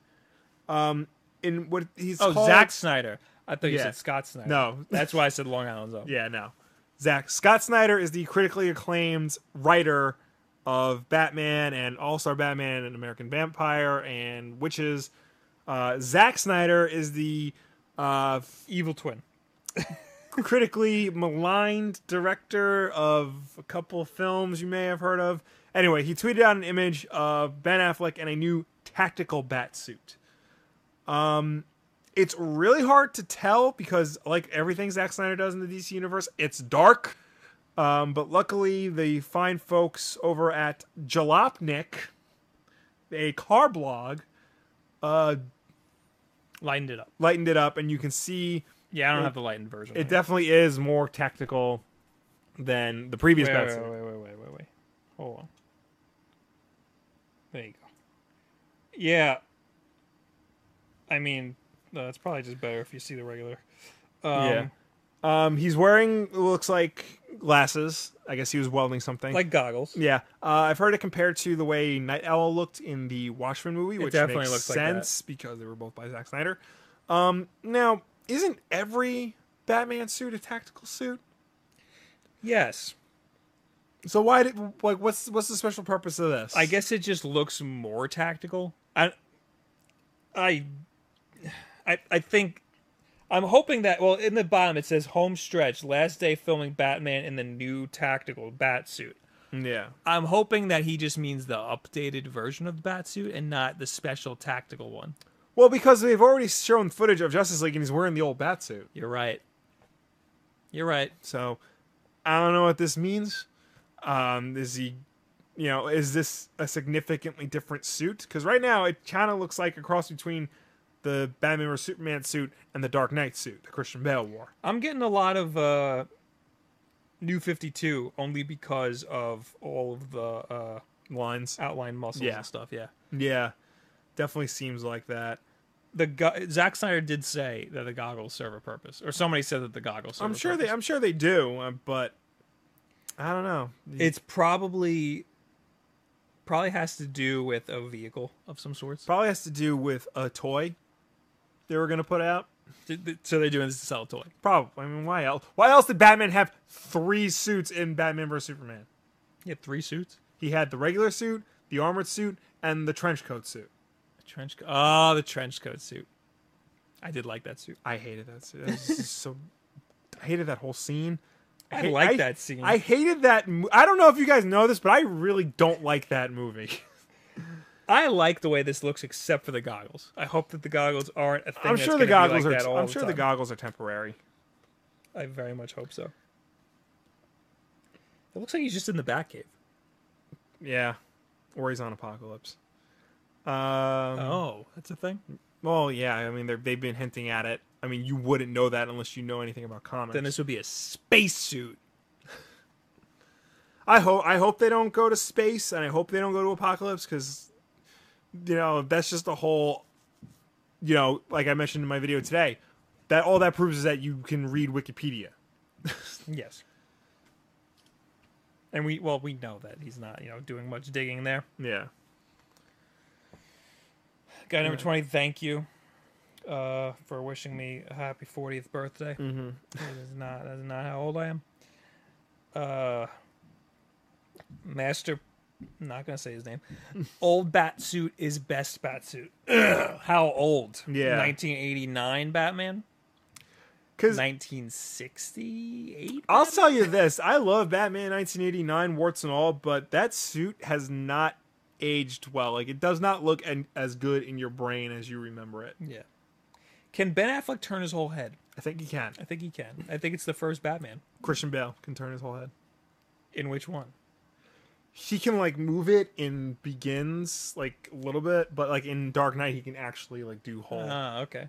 Um, in what he's Oh, called... Zack Snyder. I thought you Yeah. said Scott Snyder. No. That's why I said Long Island Zone. Yeah, no. Zach Scott Snyder is the critically acclaimed writer of Batman and All Star Batman and American Vampire and Witches. Uh, Zack Snyder is the uh, Evil Twin. critically maligned director of a couple of films you may have heard of. Anyway, he tweeted out an image of Ben Affleck in a new tactical bat suit. Um, it's really hard to tell because, like everything Zack Snyder does in the DC universe, it's dark. Um, but luckily, the fine folks over at Jalopnik, a car blog, uh, Lightened it up. lightened it up, and you can see Yeah, I don't have the lightened version. it definitely is more tactical than the previous wait, Batsuit. wait, wait, wait, wait, wait, wait. Hold on. There you go. Yeah. I mean, no, that's probably just better if you see the regular. Um, Yeah. Um, he's wearing it looks like glasses. I guess he was welding something. Like goggles. yeah, uh, I've heard it compared to the way Night Owl looked in the Watchmen movie, which definitely makes looks like that. sense because they were both by Zack Snyder. Um, now, isn't every Batman suit a tactical suit? Yes. So why did like what's what's the special purpose of this? I guess it just looks more tactical. I, I, I, I think I'm hoping that. Well, in the bottom it says home stretch, last day filming Batman in the new tactical bat suit. yeah. I'm hoping that he just means the updated version of the bat suit and not the special tactical one. Well, because they've already shown footage of Justice League and he's wearing the old bat suit. You're right. You're right. So I don't know what this means. Um, is he, you know, is this a significantly different suit? Because right now it kind of looks like a cross between the Batman or Superman suit and the Dark Knight suit that Christian Bale wore. I'm getting a lot of uh, New 52 only because of all of the uh, Lines. outline muscles Yeah. and stuff. Yeah. Yeah, definitely seems like that. the go- Zack Snyder did say that the goggles serve a purpose, or somebody said that the goggles. Serve I'm a sure they. purpose. I'm sure they do. uh, But I don't know. It's probably probably has to do with a vehicle of some sorts. probably has to do with a toy they were gonna put out. Th- th- So they're doing this to sell a toy. Probably. I mean, why else? Why else did Batman have three suits in Batman vs Superman? He had three suits. He had the regular suit, the armored suit, and the trench coat suit. A trench coat. Oh, the trench coat suit. I did like that suit. I hated that suit. That was just so I hated that whole scene. I hate- like that scene. I hated that. Mo- I don't know if you guys know this, but I really don't like that movie. I like the way this looks, except for the goggles. I hope that the goggles aren't a thing. I'm that's sure the gonna be goggles like that are. all I'm sure the time. goggles are temporary. I very much hope so. It looks like he's just in the Batcave. Yeah, or he's on Apocalypse. Um, Oh, that's a thing. Well, yeah. I mean, they're, they've been hinting at it. I mean, you wouldn't know that unless you know anything about comics. Then this would be a space suit. I hope I hope they don't go to space, and I hope they don't go to apocalypse because you know that's just a whole. You know, like I mentioned in my video today, that all that proves is that you can read Wikipedia. Yes. And we well we know that he's not you know doing much digging there. Yeah, Guy number twenty, thank you uh, for wishing me a happy fortieth birthday. Mm-hmm. is not that is not how old I am. Uh, Master, I'm not gonna say his name. old Batsuit is best Batsuit. Ugh, how old? Yeah. nineteen eighty nine Batman, because nineteen sixty eight. I'll tell you this: I love Batman 1989, warts and all, but that suit has not aged well. Like it does not look an, as good in your brain as you remember it. Yeah. Can Ben Affleck turn his whole head? I think he can. I think he can. I think it's the first Batman. Christian Bale can turn his whole head. In which one? he can like move it in begins like a little bit but like in dark knight he can actually like do whole Ah, okay.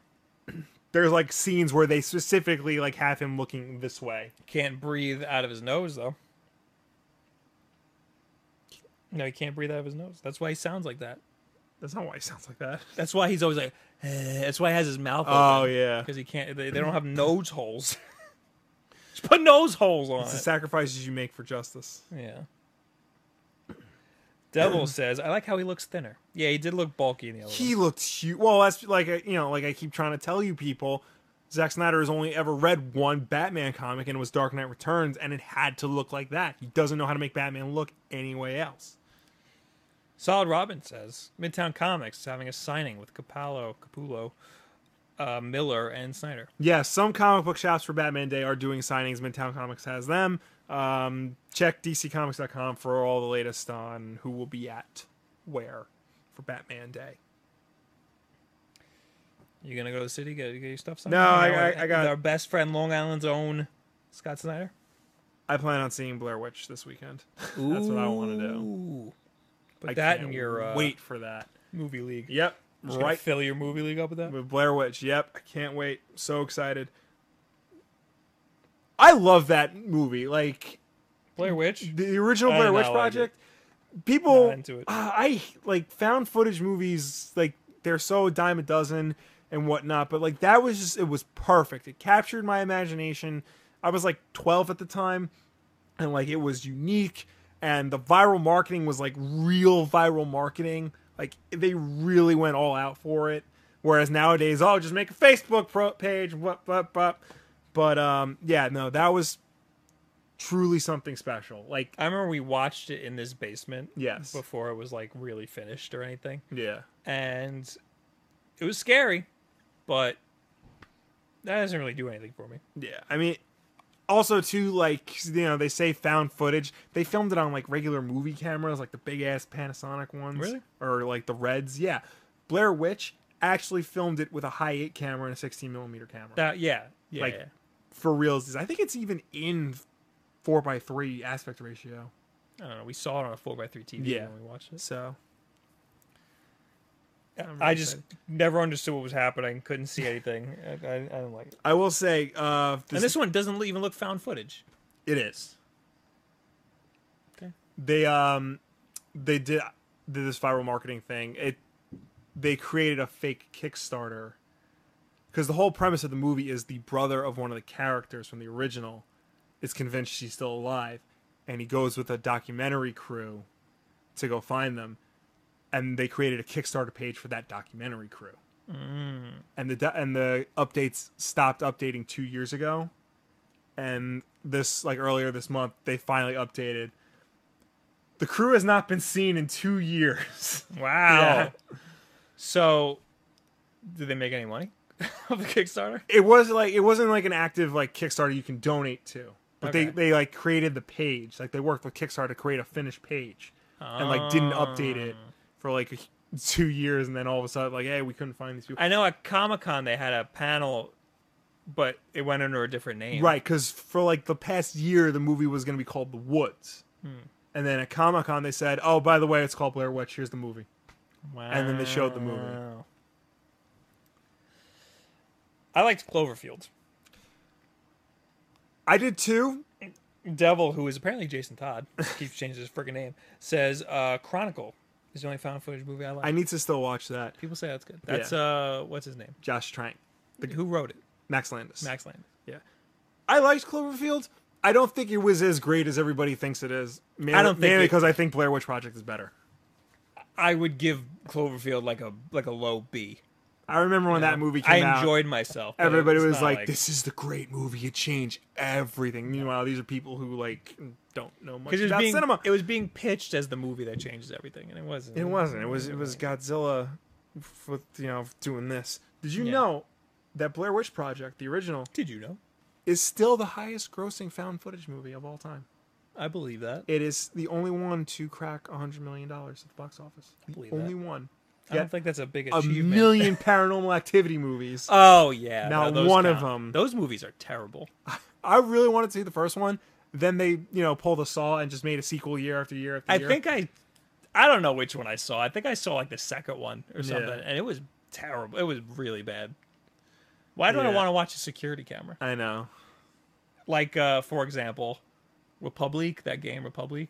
there's like scenes where they specifically like have him looking this way Can't breathe out of his nose though. No, he can't breathe out of his nose. That's why he sounds like that. that's not why he sounds like that That's why he's always like. "Eh," That's why he has his mouth. oh yeah because he can't. They, they don't have nose holes. Just put nose holes on it's the it. sacrifices you make for justice Yeah. Devil says, "I like how he looks thinner. Yeah, he did look bulky in the other. He looked huge. Well, that's like I- you know, like I keep trying to tell you people, Zack Snyder has only ever read one Batman comic, and it was Dark Knight Returns, and it had to look like that. He doesn't know how to make Batman look any way else. Solid Robin says Midtown Comics is having a signing with Capello, Capullo, uh, Miller, and Snyder. Yeah, some comic book shops for Batman Day are doing signings. Midtown Comics has them. Um, check DCComics.com for all the latest on who will be at where for Batman Day. You gonna go to the city get, get your stuff signed? No, I- I- I with got- our best friend Long Island's own Scott Snyder. I plan on seeing Blair Witch this weekend. That's what I want to do. Ooh. Put I that can't in your uh, wait for that. movie league. Yep, Just gonna right Fill your movie league up with that. with Blair Witch. Yep, I can't wait. So excited. I love that movie. Like Blair Witch. the original I Blair did Witch not like project. people Not into it. Ah, I like found footage movies like they're so a dime a dozen and whatnot, but like that was just it was perfect. It captured my imagination. I was like 12 at the time and like it was unique and the viral marketing was like real viral marketing like they really went all out for it whereas nowadays oh just make a facebook pro- page what what what but um yeah no that was truly something special like I remember we watched it in this basement. Yes. Before it was like really finished or anything, yeah and it was scary, but that doesn't really do anything for me. yeah i mean also too like you know they say found footage they filmed it on like regular movie cameras like the big ass panasonic ones Really? or like the reds yeah blair witch actually filmed it with a high 8 camera and a 16 millimeter camera That yeah, yeah. Like- yeah. for reals. I think it's even in four by three aspect ratio. I don't know. We saw it on a four x three TV Yeah. when we watched it. So I just never understood what was happening. Couldn't see anything. I, I, I didn't like it. I will say, uh, And this, this one doesn't even look found footage. it is. Okay. They um, they did did this viral marketing thing. It they created a fake Kickstarter because the whole premise of the movie is the brother of one of the characters from the original is convinced she's still alive, and he goes with a documentary crew to go find them, and they created a Kickstarter page for that documentary crew. and the do- and the updates stopped updating two years ago, and this like earlier this month they finally updated. The crew has not been seen in two years. Wow. So, did they make any money of the Kickstarter? It was like it wasn't like an active like Kickstarter you can donate to, but they Okay. they like created the page. Like they worked with Kickstarter to create a finished page, and like didn't update it Oh. for like two years, and then all of a sudden like hey we couldn't find these people. I know at Comic Con they had a panel, but it went under a different name. Right, because for like the past year, the movie was going to be called The Woods. Hmm. And then at Comic Con, they said, oh, by the way, it's called Blair Witch. Here's the movie. Wow. And then they showed the movie. I liked Cloverfield. I did too. Devil, who is apparently Jason Todd, keeps changing his freaking name, says uh, Chronicle is the only found footage movie I like. I need to still watch that. People say that's good. That's uh, what's his name? Josh Trank, Who wrote it? Max Landis. Max Landis. Yeah. I liked Cloverfield. I don't think it was as great as everybody thinks it is. Mainly, I don't think mainly it- because I think Blair Witch Project is better. I would give Cloverfield like a like a low B. I remember when that movie came out. I enjoyed myself. but Everybody it's was not like, "This is the great movie. It changed everything." Meanwhile, these are people who like don't know much because it was about being cinema. it was being pitched as the movie that changes everything, and it wasn't. It wasn't. It was it was Godzilla f- with you know doing this. Did you Yeah. know that Blair Witch Project, the original, Did you know? is still the highest grossing found footage movie of all time? I believe that. It is the only one to crack hundred million dollars at the box office. The believe only one. I Yeah. don't think that's a big A achievement. million paranormal activity movies. Oh yeah, Not no, those one of count. them. Those movies are terrible. I really wanted to see the first one. Then they, you know, pulled a saw and just made a sequel year after year after I year. think I, I don't know which one I saw. I think I saw like the second one or something, and it was terrible. It was really bad. Why don't I Yeah. want to watch a security camera? I know. Like, uh, for example, Republic, that game Republic.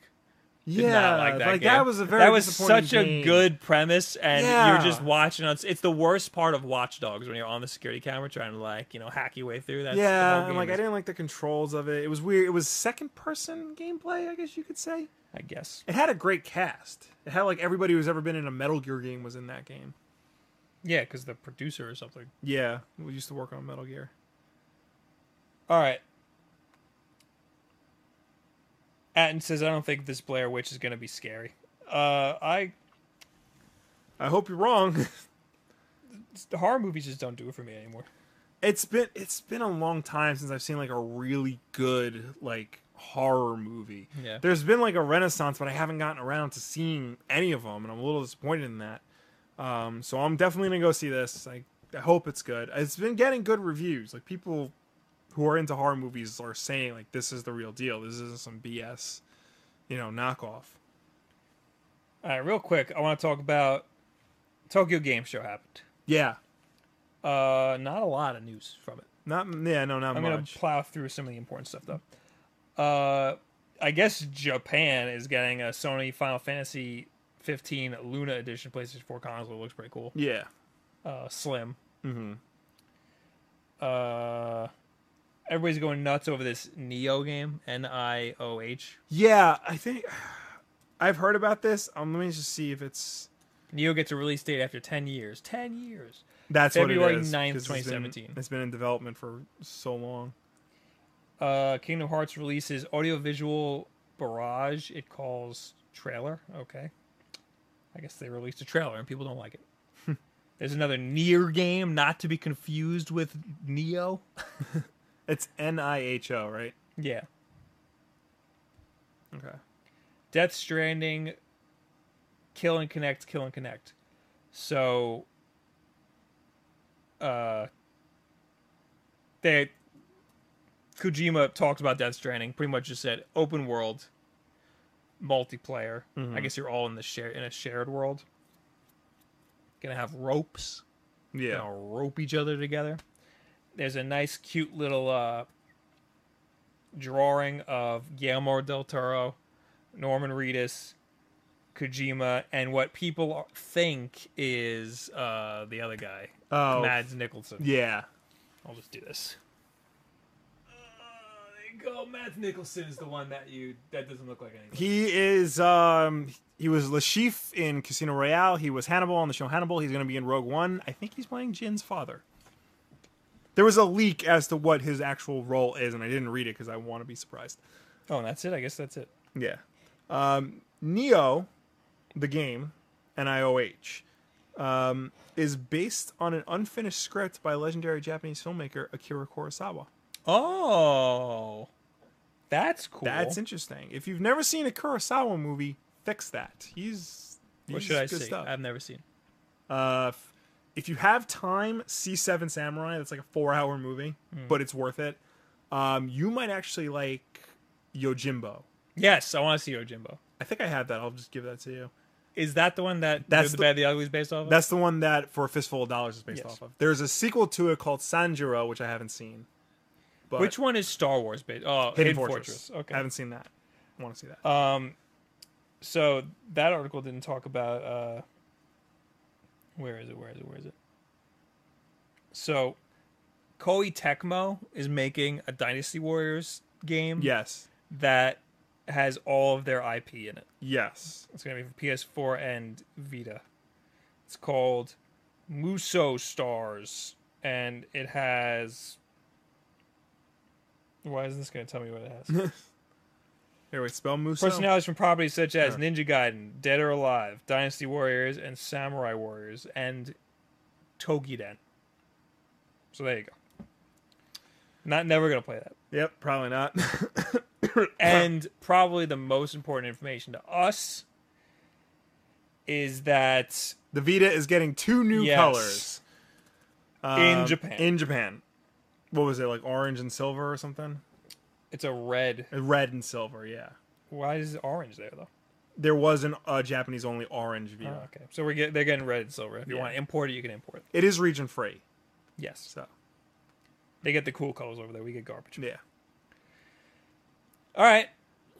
Did not like that. like game. that was a very that was disappointing such a game. good premise, and Yeah. you're just watching. On, it's the worst part of Watch Dogs when you're on the security camera trying to like you know hack your way through. That's the whole Yeah, and game like I is- didn't like the controls of it. It was weird. It was second person gameplay, I guess you could say. I guess. It had a great cast. It had like everybody who's ever been in a Metal Gear game was in that game. Yeah, because the producer or something. Yeah, we used to work on Metal Gear. All right. Atten says, "I don't think this Blair Witch is going to be scary." Uh, I I hope you're wrong. horror movies just don't do it for me anymore. it's been it's been a long time since I've seen like a really good like horror movie. Yeah. There's been like a renaissance, but I haven't gotten around to seeing any of them, and I'm a little disappointed in that. Um, so I'm definitely gonna go see this. I, I hope it's good. It's been getting good reviews. Like people who are into horror movies are saying like this is the real deal. This isn't some BS, you know, knockoff. All right, real quick, I want to talk about Tokyo Game Show happened. Yeah. Uh, not a lot of news from it. Not yeah, no, not I'm going much. to plow through some of the important stuff though. Uh, I guess Japan is getting a Sony Final Fantasy 15 Luna Edition PlayStation 4 console. It looks pretty cool. yeah. Uh, slim. Mm-hmm. Uh, everybody's going nuts over this Neo game. N I O H. Yeah, I think I've heard about this. Um, let me just see if it's Neo gets a release date after 10 years. 10 years. That's February what it is, 9th, 'cause it's been- 2017. It's been in development for so long. Uh, Kingdom Hearts releases audiovisual barrage. It calls trailer. Okay, I guess they released a trailer and people don't like it. There's another near game, not to be confused with Neo. It's N I H O, right? Yeah, Okay. Death Stranding, Kill and Connect, Kill and Connect. So, uh, they Kojima talked about Death Stranding. Pretty much just said open world, multiplayer. I guess you're all in the share in a shared world. Gonna have ropes. Yeah. Gonna rope each other together. There's a nice, cute little uh, drawing of Guillermo del Toro, Norman Reedus, Kojima, and what people are- think is uh, the other guy, Oh. Mads Nicholson. Yeah. I'll just do this. Uh, there you go. Mads Nicholson is the one that you that doesn't look like anything. He is. Um. He was Lashif in Casino Royale. He was Hannibal on the show Hannibal. He's going to be in Rogue One. I think he's playing Jin's father. There was a leak as to what his actual role is, and I didn't read it because I want to be surprised. Oh, and that's it. I guess that's it. Yeah. Um, Neo, the game, NIOH, um, is based on an unfinished script by legendary Japanese filmmaker Akira Kurosawa. Oh, that's cool. That's interesting. If you've never seen a Kurosawa movie, fix that. He's. What he's should I good see? Stuff. I've never seen. Uh, f- if you have time, see Seven Samurai. That's like a four-hour movie, Hmm. but it's worth it. Um, you might actually like Yojimbo. Yes, I want to see Ojimbo. I think I have that. I'll just give that to you. Is that the one that That's Good, the, the- Bad, the Ugly is based off? Of? That's the one that for a fistful of dollars is based Yes. off of. There's a sequel to it called Sanjuro, which I haven't seen. But Which one is Star Wars based? Oh, Hidden, Fortress. I Okay. haven't seen that. I want to see that. Um, so that article didn't talk about uh, where is it? Where is it? Where is it? So, Koei Tecmo is making a Dynasty Warriors game yes, that has all of their IP in it. yes. It's going to be for PS4 and Vita. It's called Muso Stars, and it has. Why isn't this going to tell me what it has? Here, wait. Spell Muso. Personalities from properties such as Sure. Ninja Gaiden, Dead or Alive, Dynasty Warriors, and Samurai Warriors, and Togiden. So there you go. Not never going to play that. Yep, probably not. And probably the most important information to us is that the Vita is getting two new Yes. colors In Um, Japan. In Japan, what was it like? Orange and silver or something? it's a red Uh, Red and silver. Yeah, Why is orange there though? there was an uh, Japanese only orange Vita. Oh, okay, so we're get, they're getting red and silver. If you Yeah. want to import it, you can import it. It is region free, Yes, so they get the cool colors over there. We get garbage. yeah, All right,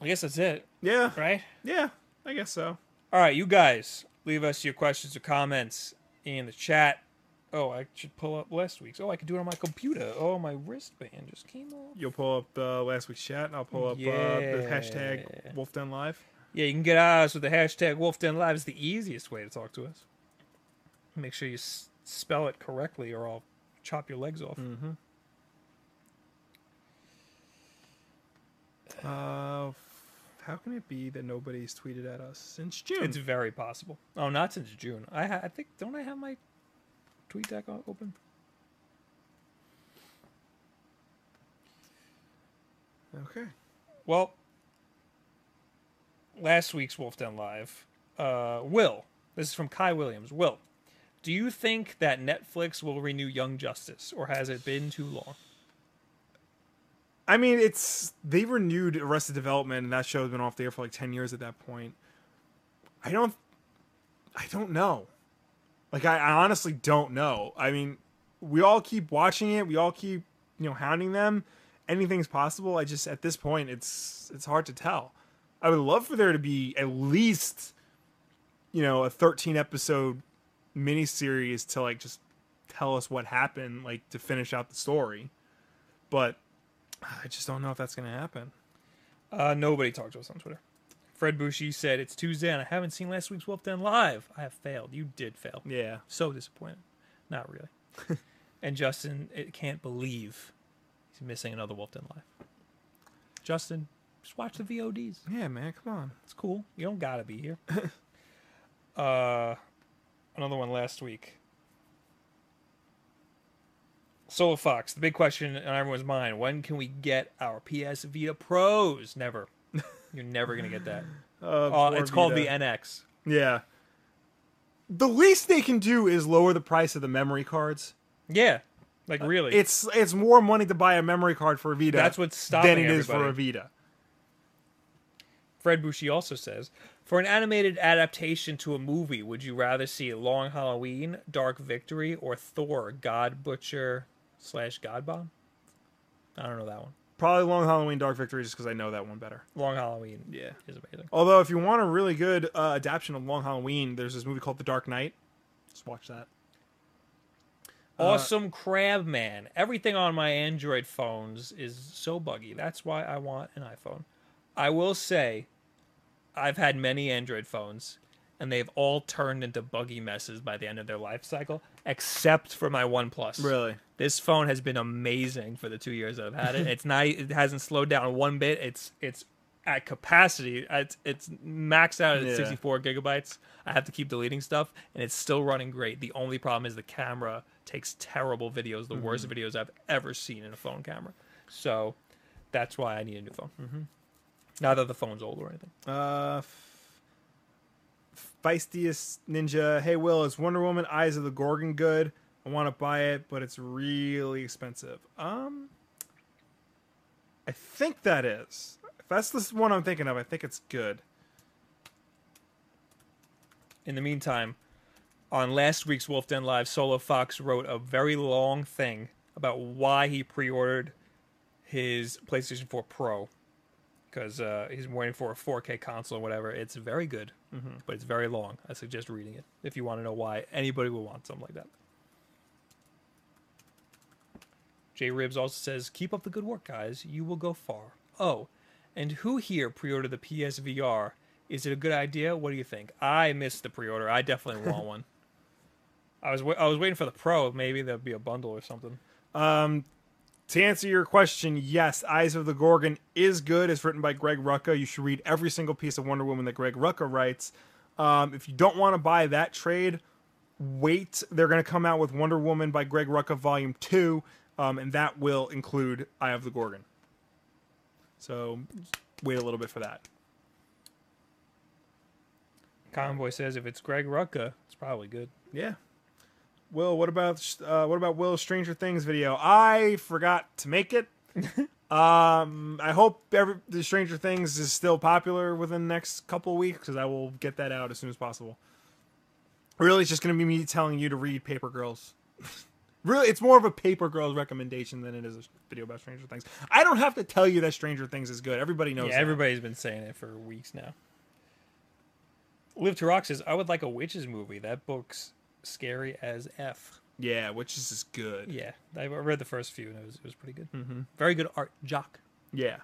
I guess that's it, yeah, right? yeah. I guess so. All right, you guys, leave us your questions or comments in the chat. Oh, I should pull up last week's. Oh, I can do it on my computer. Oh, my wristband just came off. You'll pull up uh, last week's chat, and I'll pull up uh, the hashtag Wolf Den Live. Yeah, you can get ours with the hashtag WolfDenLive. It's the easiest way to talk to us. Make sure you s- spell it correctly, or I'll chop your legs off. Uh, f- how can it be that nobody's tweeted at us since June? It's very possible. Oh, not since June. I ha- I think don't I have my tweet deck o- open? okay. Well, last week's Wolf Den Live. Uh, Will, this is from Kai Williams. Will, do you think that Netflix will renew Young Justice, or has it been too long? I mean, it's they renewed Arrested Development, and that show's been off the air for like ten years at that point. I don't, I don't know. Like, I, I honestly don't know. I mean, we all keep watching it. We all keep you know hounding them. Anything's possible. I just at this point, it's it's hard to tell. I would love for there to be at least, you know, a thirteen episode miniseries to like just tell us what happened, like to finish out the story. But I just don't know if that's going to happen. Uh, nobody talked to us on Twitter. Fred Bushy said, It's Tuesday and I haven't seen last week's Wolf Den Live. I have failed. You did fail. Yeah. So disappointed. Not really. and Justin it can't believe he's missing another Wolf Den Live. Justin, just watch the VODs. Yeah, man, come on. It's cool. You don't gotta be here. uh, another one last week. Solar Fox, the big question on everyone's mind: When can we get our PS Vita Pros? Never. You're never gonna get that. Uh, it's called the NX. Yeah. The least they can do is lower the price of the memory cards. Yeah, like really. Uh, It's it's more money to buy a memory card for a Vita. That's what's stopping than it is for a everybody. Vita. Fred Buschi also says, for an animated adaptation to a movie, would you rather see Long Halloween, Dark Victory, or Thor, God Butcher slash God Bomb? I don't know that one. Probably Long Halloween Dark Victory just because I know that one better. Long Halloween Yeah. is amazing. Although if you want a really good uh, adaptation of Long Halloween, there's this movie called The Dark Knight. Just watch that. Uh, awesome Crab Man. Everything on my Android phones is so buggy. That's why I want an iPhone. I will say, I've had many Android phones, and they've all turned into buggy messes by the end of their life cycle, except for my OnePlus. Really? This phone has been amazing for the two years that I've had it. It's not. It hasn't slowed down one bit. It's it's at capacity. It's it's maxed out at Yeah. 64 gigabytes. I have to keep deleting stuff, and it's still running great. The only problem is the camera takes terrible videos, the worst videos I've ever seen in a phone camera. So that's why I need a new phone. Mm-hmm. Not that the phone's old or anything. Uh, f- Feistiest Ninja. Hey, Will, is Wonder Woman Eyes of the Gorgon good? I want to buy it, but it's really expensive. Um, I think that is. If that's the one I'm thinking of, I think it's good. In the meantime, on last week's Wolf Den Live, Solo Fox wrote a very long thing about why he pre-ordered his PlayStation 4 Pro because uh, he's waiting for a 4K console or whatever. It's very good, but it's very long. I suggest reading it if you want to know why anybody would want something like that. J Ribs also says, "Keep up the good work, guys. You will go far." Oh, and who here pre-ordered the PSVR? Is it a good idea? What do you think? I missed the pre-order. I definitely want one. I was wa- I was waiting for the Pro. Maybe there'd be a bundle or something. To answer your question, yes, Eyes of the Gorgon is good. It's written by Greg Rucka. You should read every single piece of Wonder Woman that Greg Rucka writes. Um, if you don't want to buy that trade, wait. They're going to come out with Wonder Woman by Greg Rucka Volume 2, um, and that will include Eye of the Gorgon. So wait a little bit for that. Convoy says if it's Greg Rucka, it's probably good. Yeah. Will, what about uh, what about Will's Stranger Things video? I forgot to make it. um, I hope every, the Stranger Things is still popular within the next couple of weeks because I will get that out as soon as possible. Really, it's just going to be me telling you to read Paper Girls. really, it's more of a Paper Girls recommendation than it is a video about Stranger Things. I don't have to tell you that Stranger Things is good. Everybody knows. Yeah, that. everybody's been saying it for weeks now. Live to Rock says, I would like a witches movie. That book's scary as F. Yeah, which is just good. Yeah, I read the first few and it was, it was pretty good. Mm-hmm. Very good art, Jock. Yeah.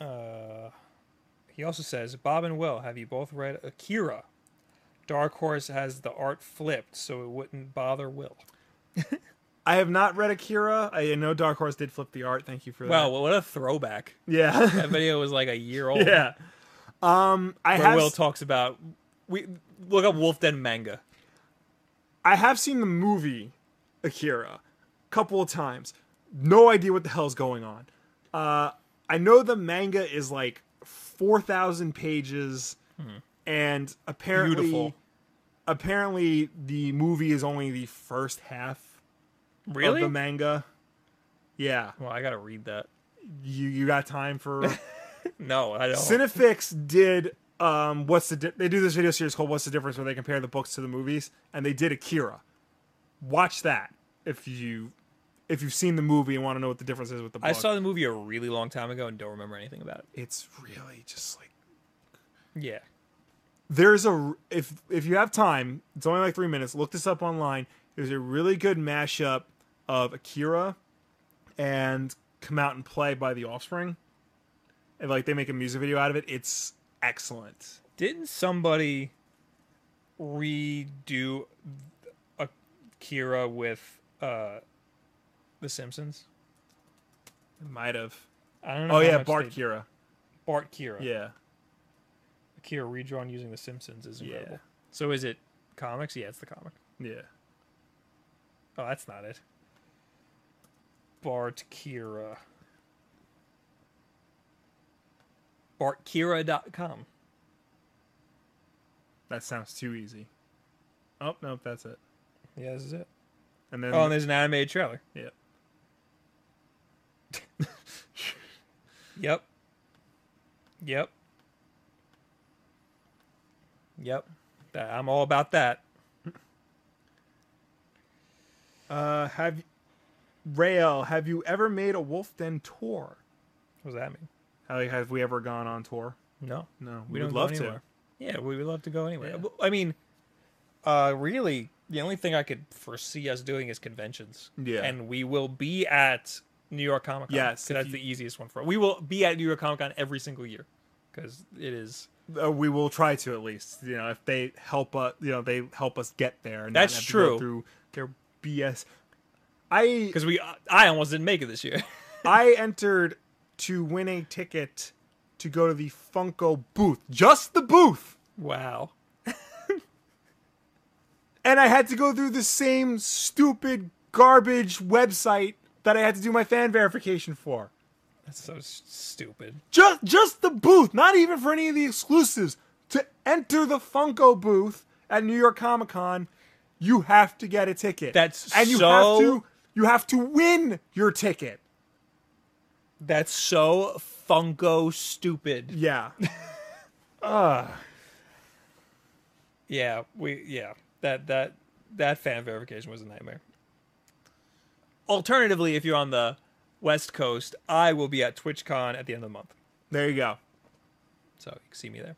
Uh, He also says, Bob and Will, have you both read Akira? Dark Horse has the art flipped, so it wouldn't bother Will. I have not read Akira. I know Dark Horse did flip the art. Thank you for Wow, what a throwback. that. Yeah. That video was like a year old. yeah. Um, I Where have Will talks about we look up Wolf Den manga. I have seen the movie Akira a couple of times. No idea what the hell's going on. Uh, I know the manga is like 4,000 pages, and apparently, Beautiful. apparently the movie is only the first half of the manga. Yeah, well, I gotta read that. you you got time for No, I don't. Cinefix did um what's the di- they do this video series called What's the Difference where they compare the books to the movies and they did Akira. Watch that if you if you've seen the movie and want to know what the difference is with the book. I saw the movie a really long time ago and don't remember anything about it. it's really just like Yeah. there's a r- if if you have time, it's only like 3 minutes, look this up online. There's a really good mashup of Akira and Come Out and Play by The Offspring. And like they make a music video out of it. It's excellent. Didn't somebody redo Akira with uh, The Simpsons? It might have. I don't know. Oh how yeah, much Bart they- Kira. Bart Kira. Yeah. Akira redrawn using The Simpsons is incredible. Yeah. So is it comics? Yeah, it's the comic. Yeah. Oh, that's not it. Bart Kira. BartKira.com. That sounds too easy. Oh nope, that's it. Yeah, this is it. And then Oh, and there's an animated trailer. yeah, Yep. Yep. Yep. That- I'm all about that. uh, have Rael, have you ever made a Wolf Den tour? What does that mean? Have, have we ever gone on tour? No. No, We would don't love go to. anywhere. Yeah, we would love to go anywhere. Yeah. Well, I mean, uh, really, the only thing I could foresee us doing is conventions. Yeah. and we will be at New York Comic Con. Yes, if that's you- the easiest one for. We will be at New York Comic Con every single year because it is. Uh, we will try to at least. You know, if they help us, you know, they help us get there. And not That's have to true. go Through their BS. I Because we, I almost didn't make it this year. I entered to win a ticket to go to the Funko booth, just the booth. wow. and I had to go through the same stupid garbage website that I had to do my fan verification for. That's so s- stupid. Just just the booth, not even for any of the exclusives. To enter the Funko booth at New York Comic Con, you have to get a ticket. That's and you so- have to you have to win your ticket. That's so Funko stupid. Yeah. Yeah, we yeah. That that that fan verification was a nightmare. Alternatively, if you're on the West Coast, I will be at TwitchCon at the end of the month. there you go. So you can see me there.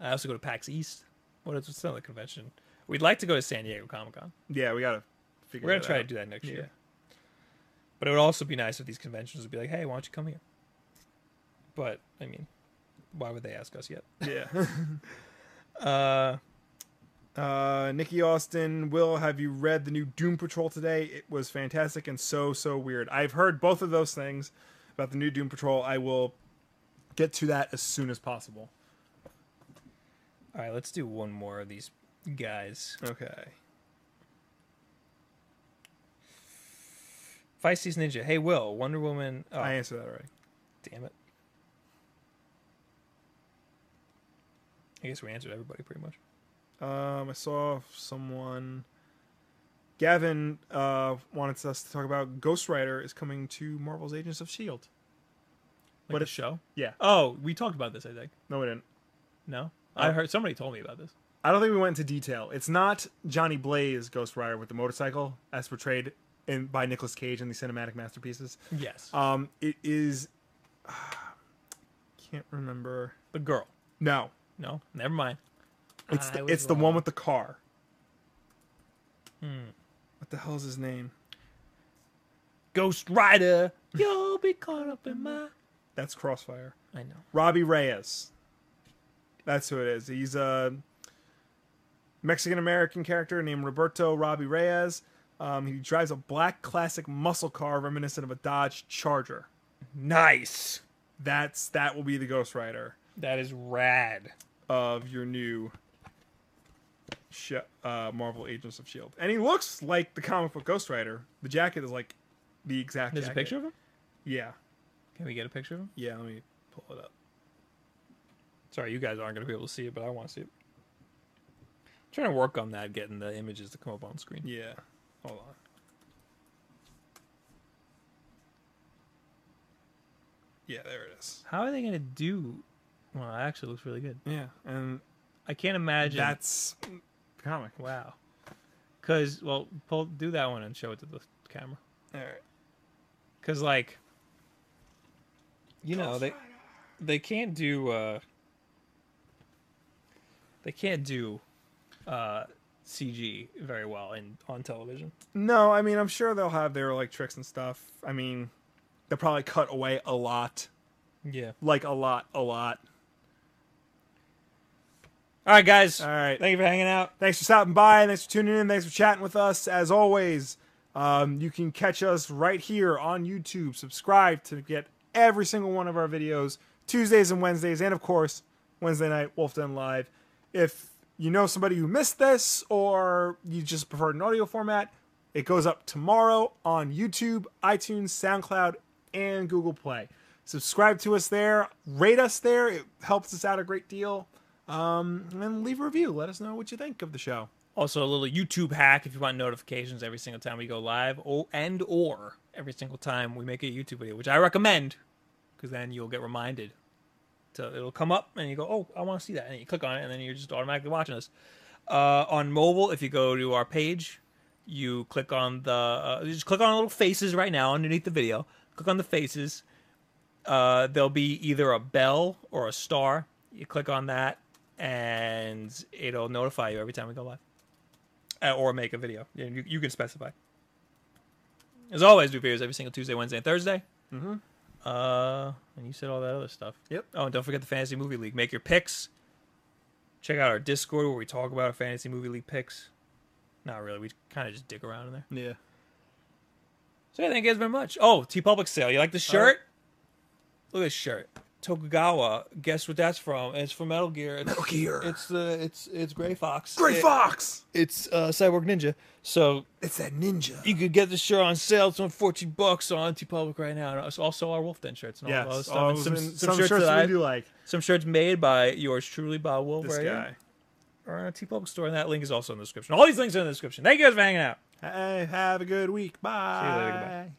I also go to PAX East. What is it's another convention? We'd like to go to San Diego Comic Con. Yeah, we gotta figure We're gonna that try out. to do that next year. But it would also be nice if these conventions would be like, hey, why don't you come here? But I mean, why would they ask us yet? Yeah. Uh Uh, Nikki Austin, Will, have you read the new Doom Patrol today? It was fantastic and so, so weird. I've heard both of those things about the new Doom Patrol. I will get to that as soon as possible. all right, let's do one more of these guys. Okay. Feisty's Ninja. Hey, Will. Wonder Woman. Oh, I answered that already. damn it. I guess we answered everybody pretty much. Um, I saw someone. Gavin uh, wanted us to talk about Ghost Rider is coming to Marvel's Agents of S.H.I.E.L.D. Like What the if- show? E Yeah. Oh, we talked about this, I think. No, we didn't. No? I Oh. heard somebody told me about this. I don't think we went into detail. It's not Johnny Blaze Ghost Rider with the motorcycle as portrayed in, by Nicolas Cage in the cinematic masterpieces. Yes. Um, it is. Can't remember. the girl. No, No, never mind. it's I the, was it's the wrong. Hmm. one with the car. What the hell's his name? Ghost Rider, you'll be caught up in my. That's Crossfire. I know. Robbie Reyes. That's who it is. He's a Mexican American character named Roberto Robbie Reyes. Um, he drives a black classic muscle car reminiscent of a Dodge Charger. Nice. That's that will be the Ghost Rider That is rad. of your new sh- uh, Marvel Agents of Shield, and he looks like the comic book Ghost Rider. The jacket is like the exact. There's a jacket. picture of him. Yeah, Can we get a picture of him? yeah. Let me pull it up. Sorry, you guys aren't going to be able to see it, but I want to see it. trying to work on that, getting the images to come up on screen. Yeah. Hold on. Yeah, there it is. How are they going to do? Well, it actually looks really good. Yeah, and I can't imagine. that's comic. wow. Because well, pull, do that one and show it to the camera. All right. Because like, you know they they can't do uh they can't do uh CG very well in on television. No, I mean I'm sure they'll have their like tricks and stuff. I mean, they'll probably cut away a lot, Yeah. like a lot, a lot. All right, guys. All right. Thank you for hanging out. Thanks for stopping by. Thanks for tuning in. Thanks for chatting with us. As always, um, you can catch us right here on YouTube. Subscribe to get every single one of our videos Tuesdays and Wednesdays, and of course, Wednesday night, Wolf Den Live. If you know somebody who missed this or you just prefer an audio format, it goes up tomorrow on YouTube, iTunes, SoundCloud, and Google Play. Subscribe to us there, rate us there. It helps us out a great deal and leave a review. Let us know what you think of the show. Also, a little YouTube hack if you want notifications every single time we go live, or and or every single time we make a YouTube video, which I recommend, because then you'll get reminded. So it'll come up and you go, "Oh, I want to see that," and you click on it, and then you're just automatically watching us. Uh, on mobile, if you go to our page, you click on the uh, you just click on little faces right now underneath the video. Click on the faces. Uh, there'll be either a bell or a star. You click on that, and it'll notify you every time we go live uh, or make a video. You, you, you can specify. As always, do videos every single Tuesday, Wednesday, and Thursday. Mm-hmm. Uh, and you said all that other stuff. Yep. Oh, and don't forget the Fantasy Movie League. Make your picks. Check out our Discord where we talk about our Fantasy Movie League picks. Not really. We kind of just dig around in there. Yeah. So yeah, thank you guys very much. Oh, T Public sale. You like the shirt? Look at this shirt. Tokugawa. Guess what that's from? It's from Metal Gear. It's, Gear. It's uh, it's it's Gray Fox. Gray It- Fox. It's uh, Cyborg Ninja. So It's that ninja. you could get the shirt on sale. It's on 14 bucks on Public right now. And it's also our Wolf Den shirts and all that other Yes. stuff. Oh, And some, and some, shirts, that we I- do like. some shirts made by yours truly, Bob Wolf, This right guy. Or on a T Public store. And that link is also in the description. All these links are in the description. Thank you guys for hanging out. Hey, have a good week. Bye. goodbye.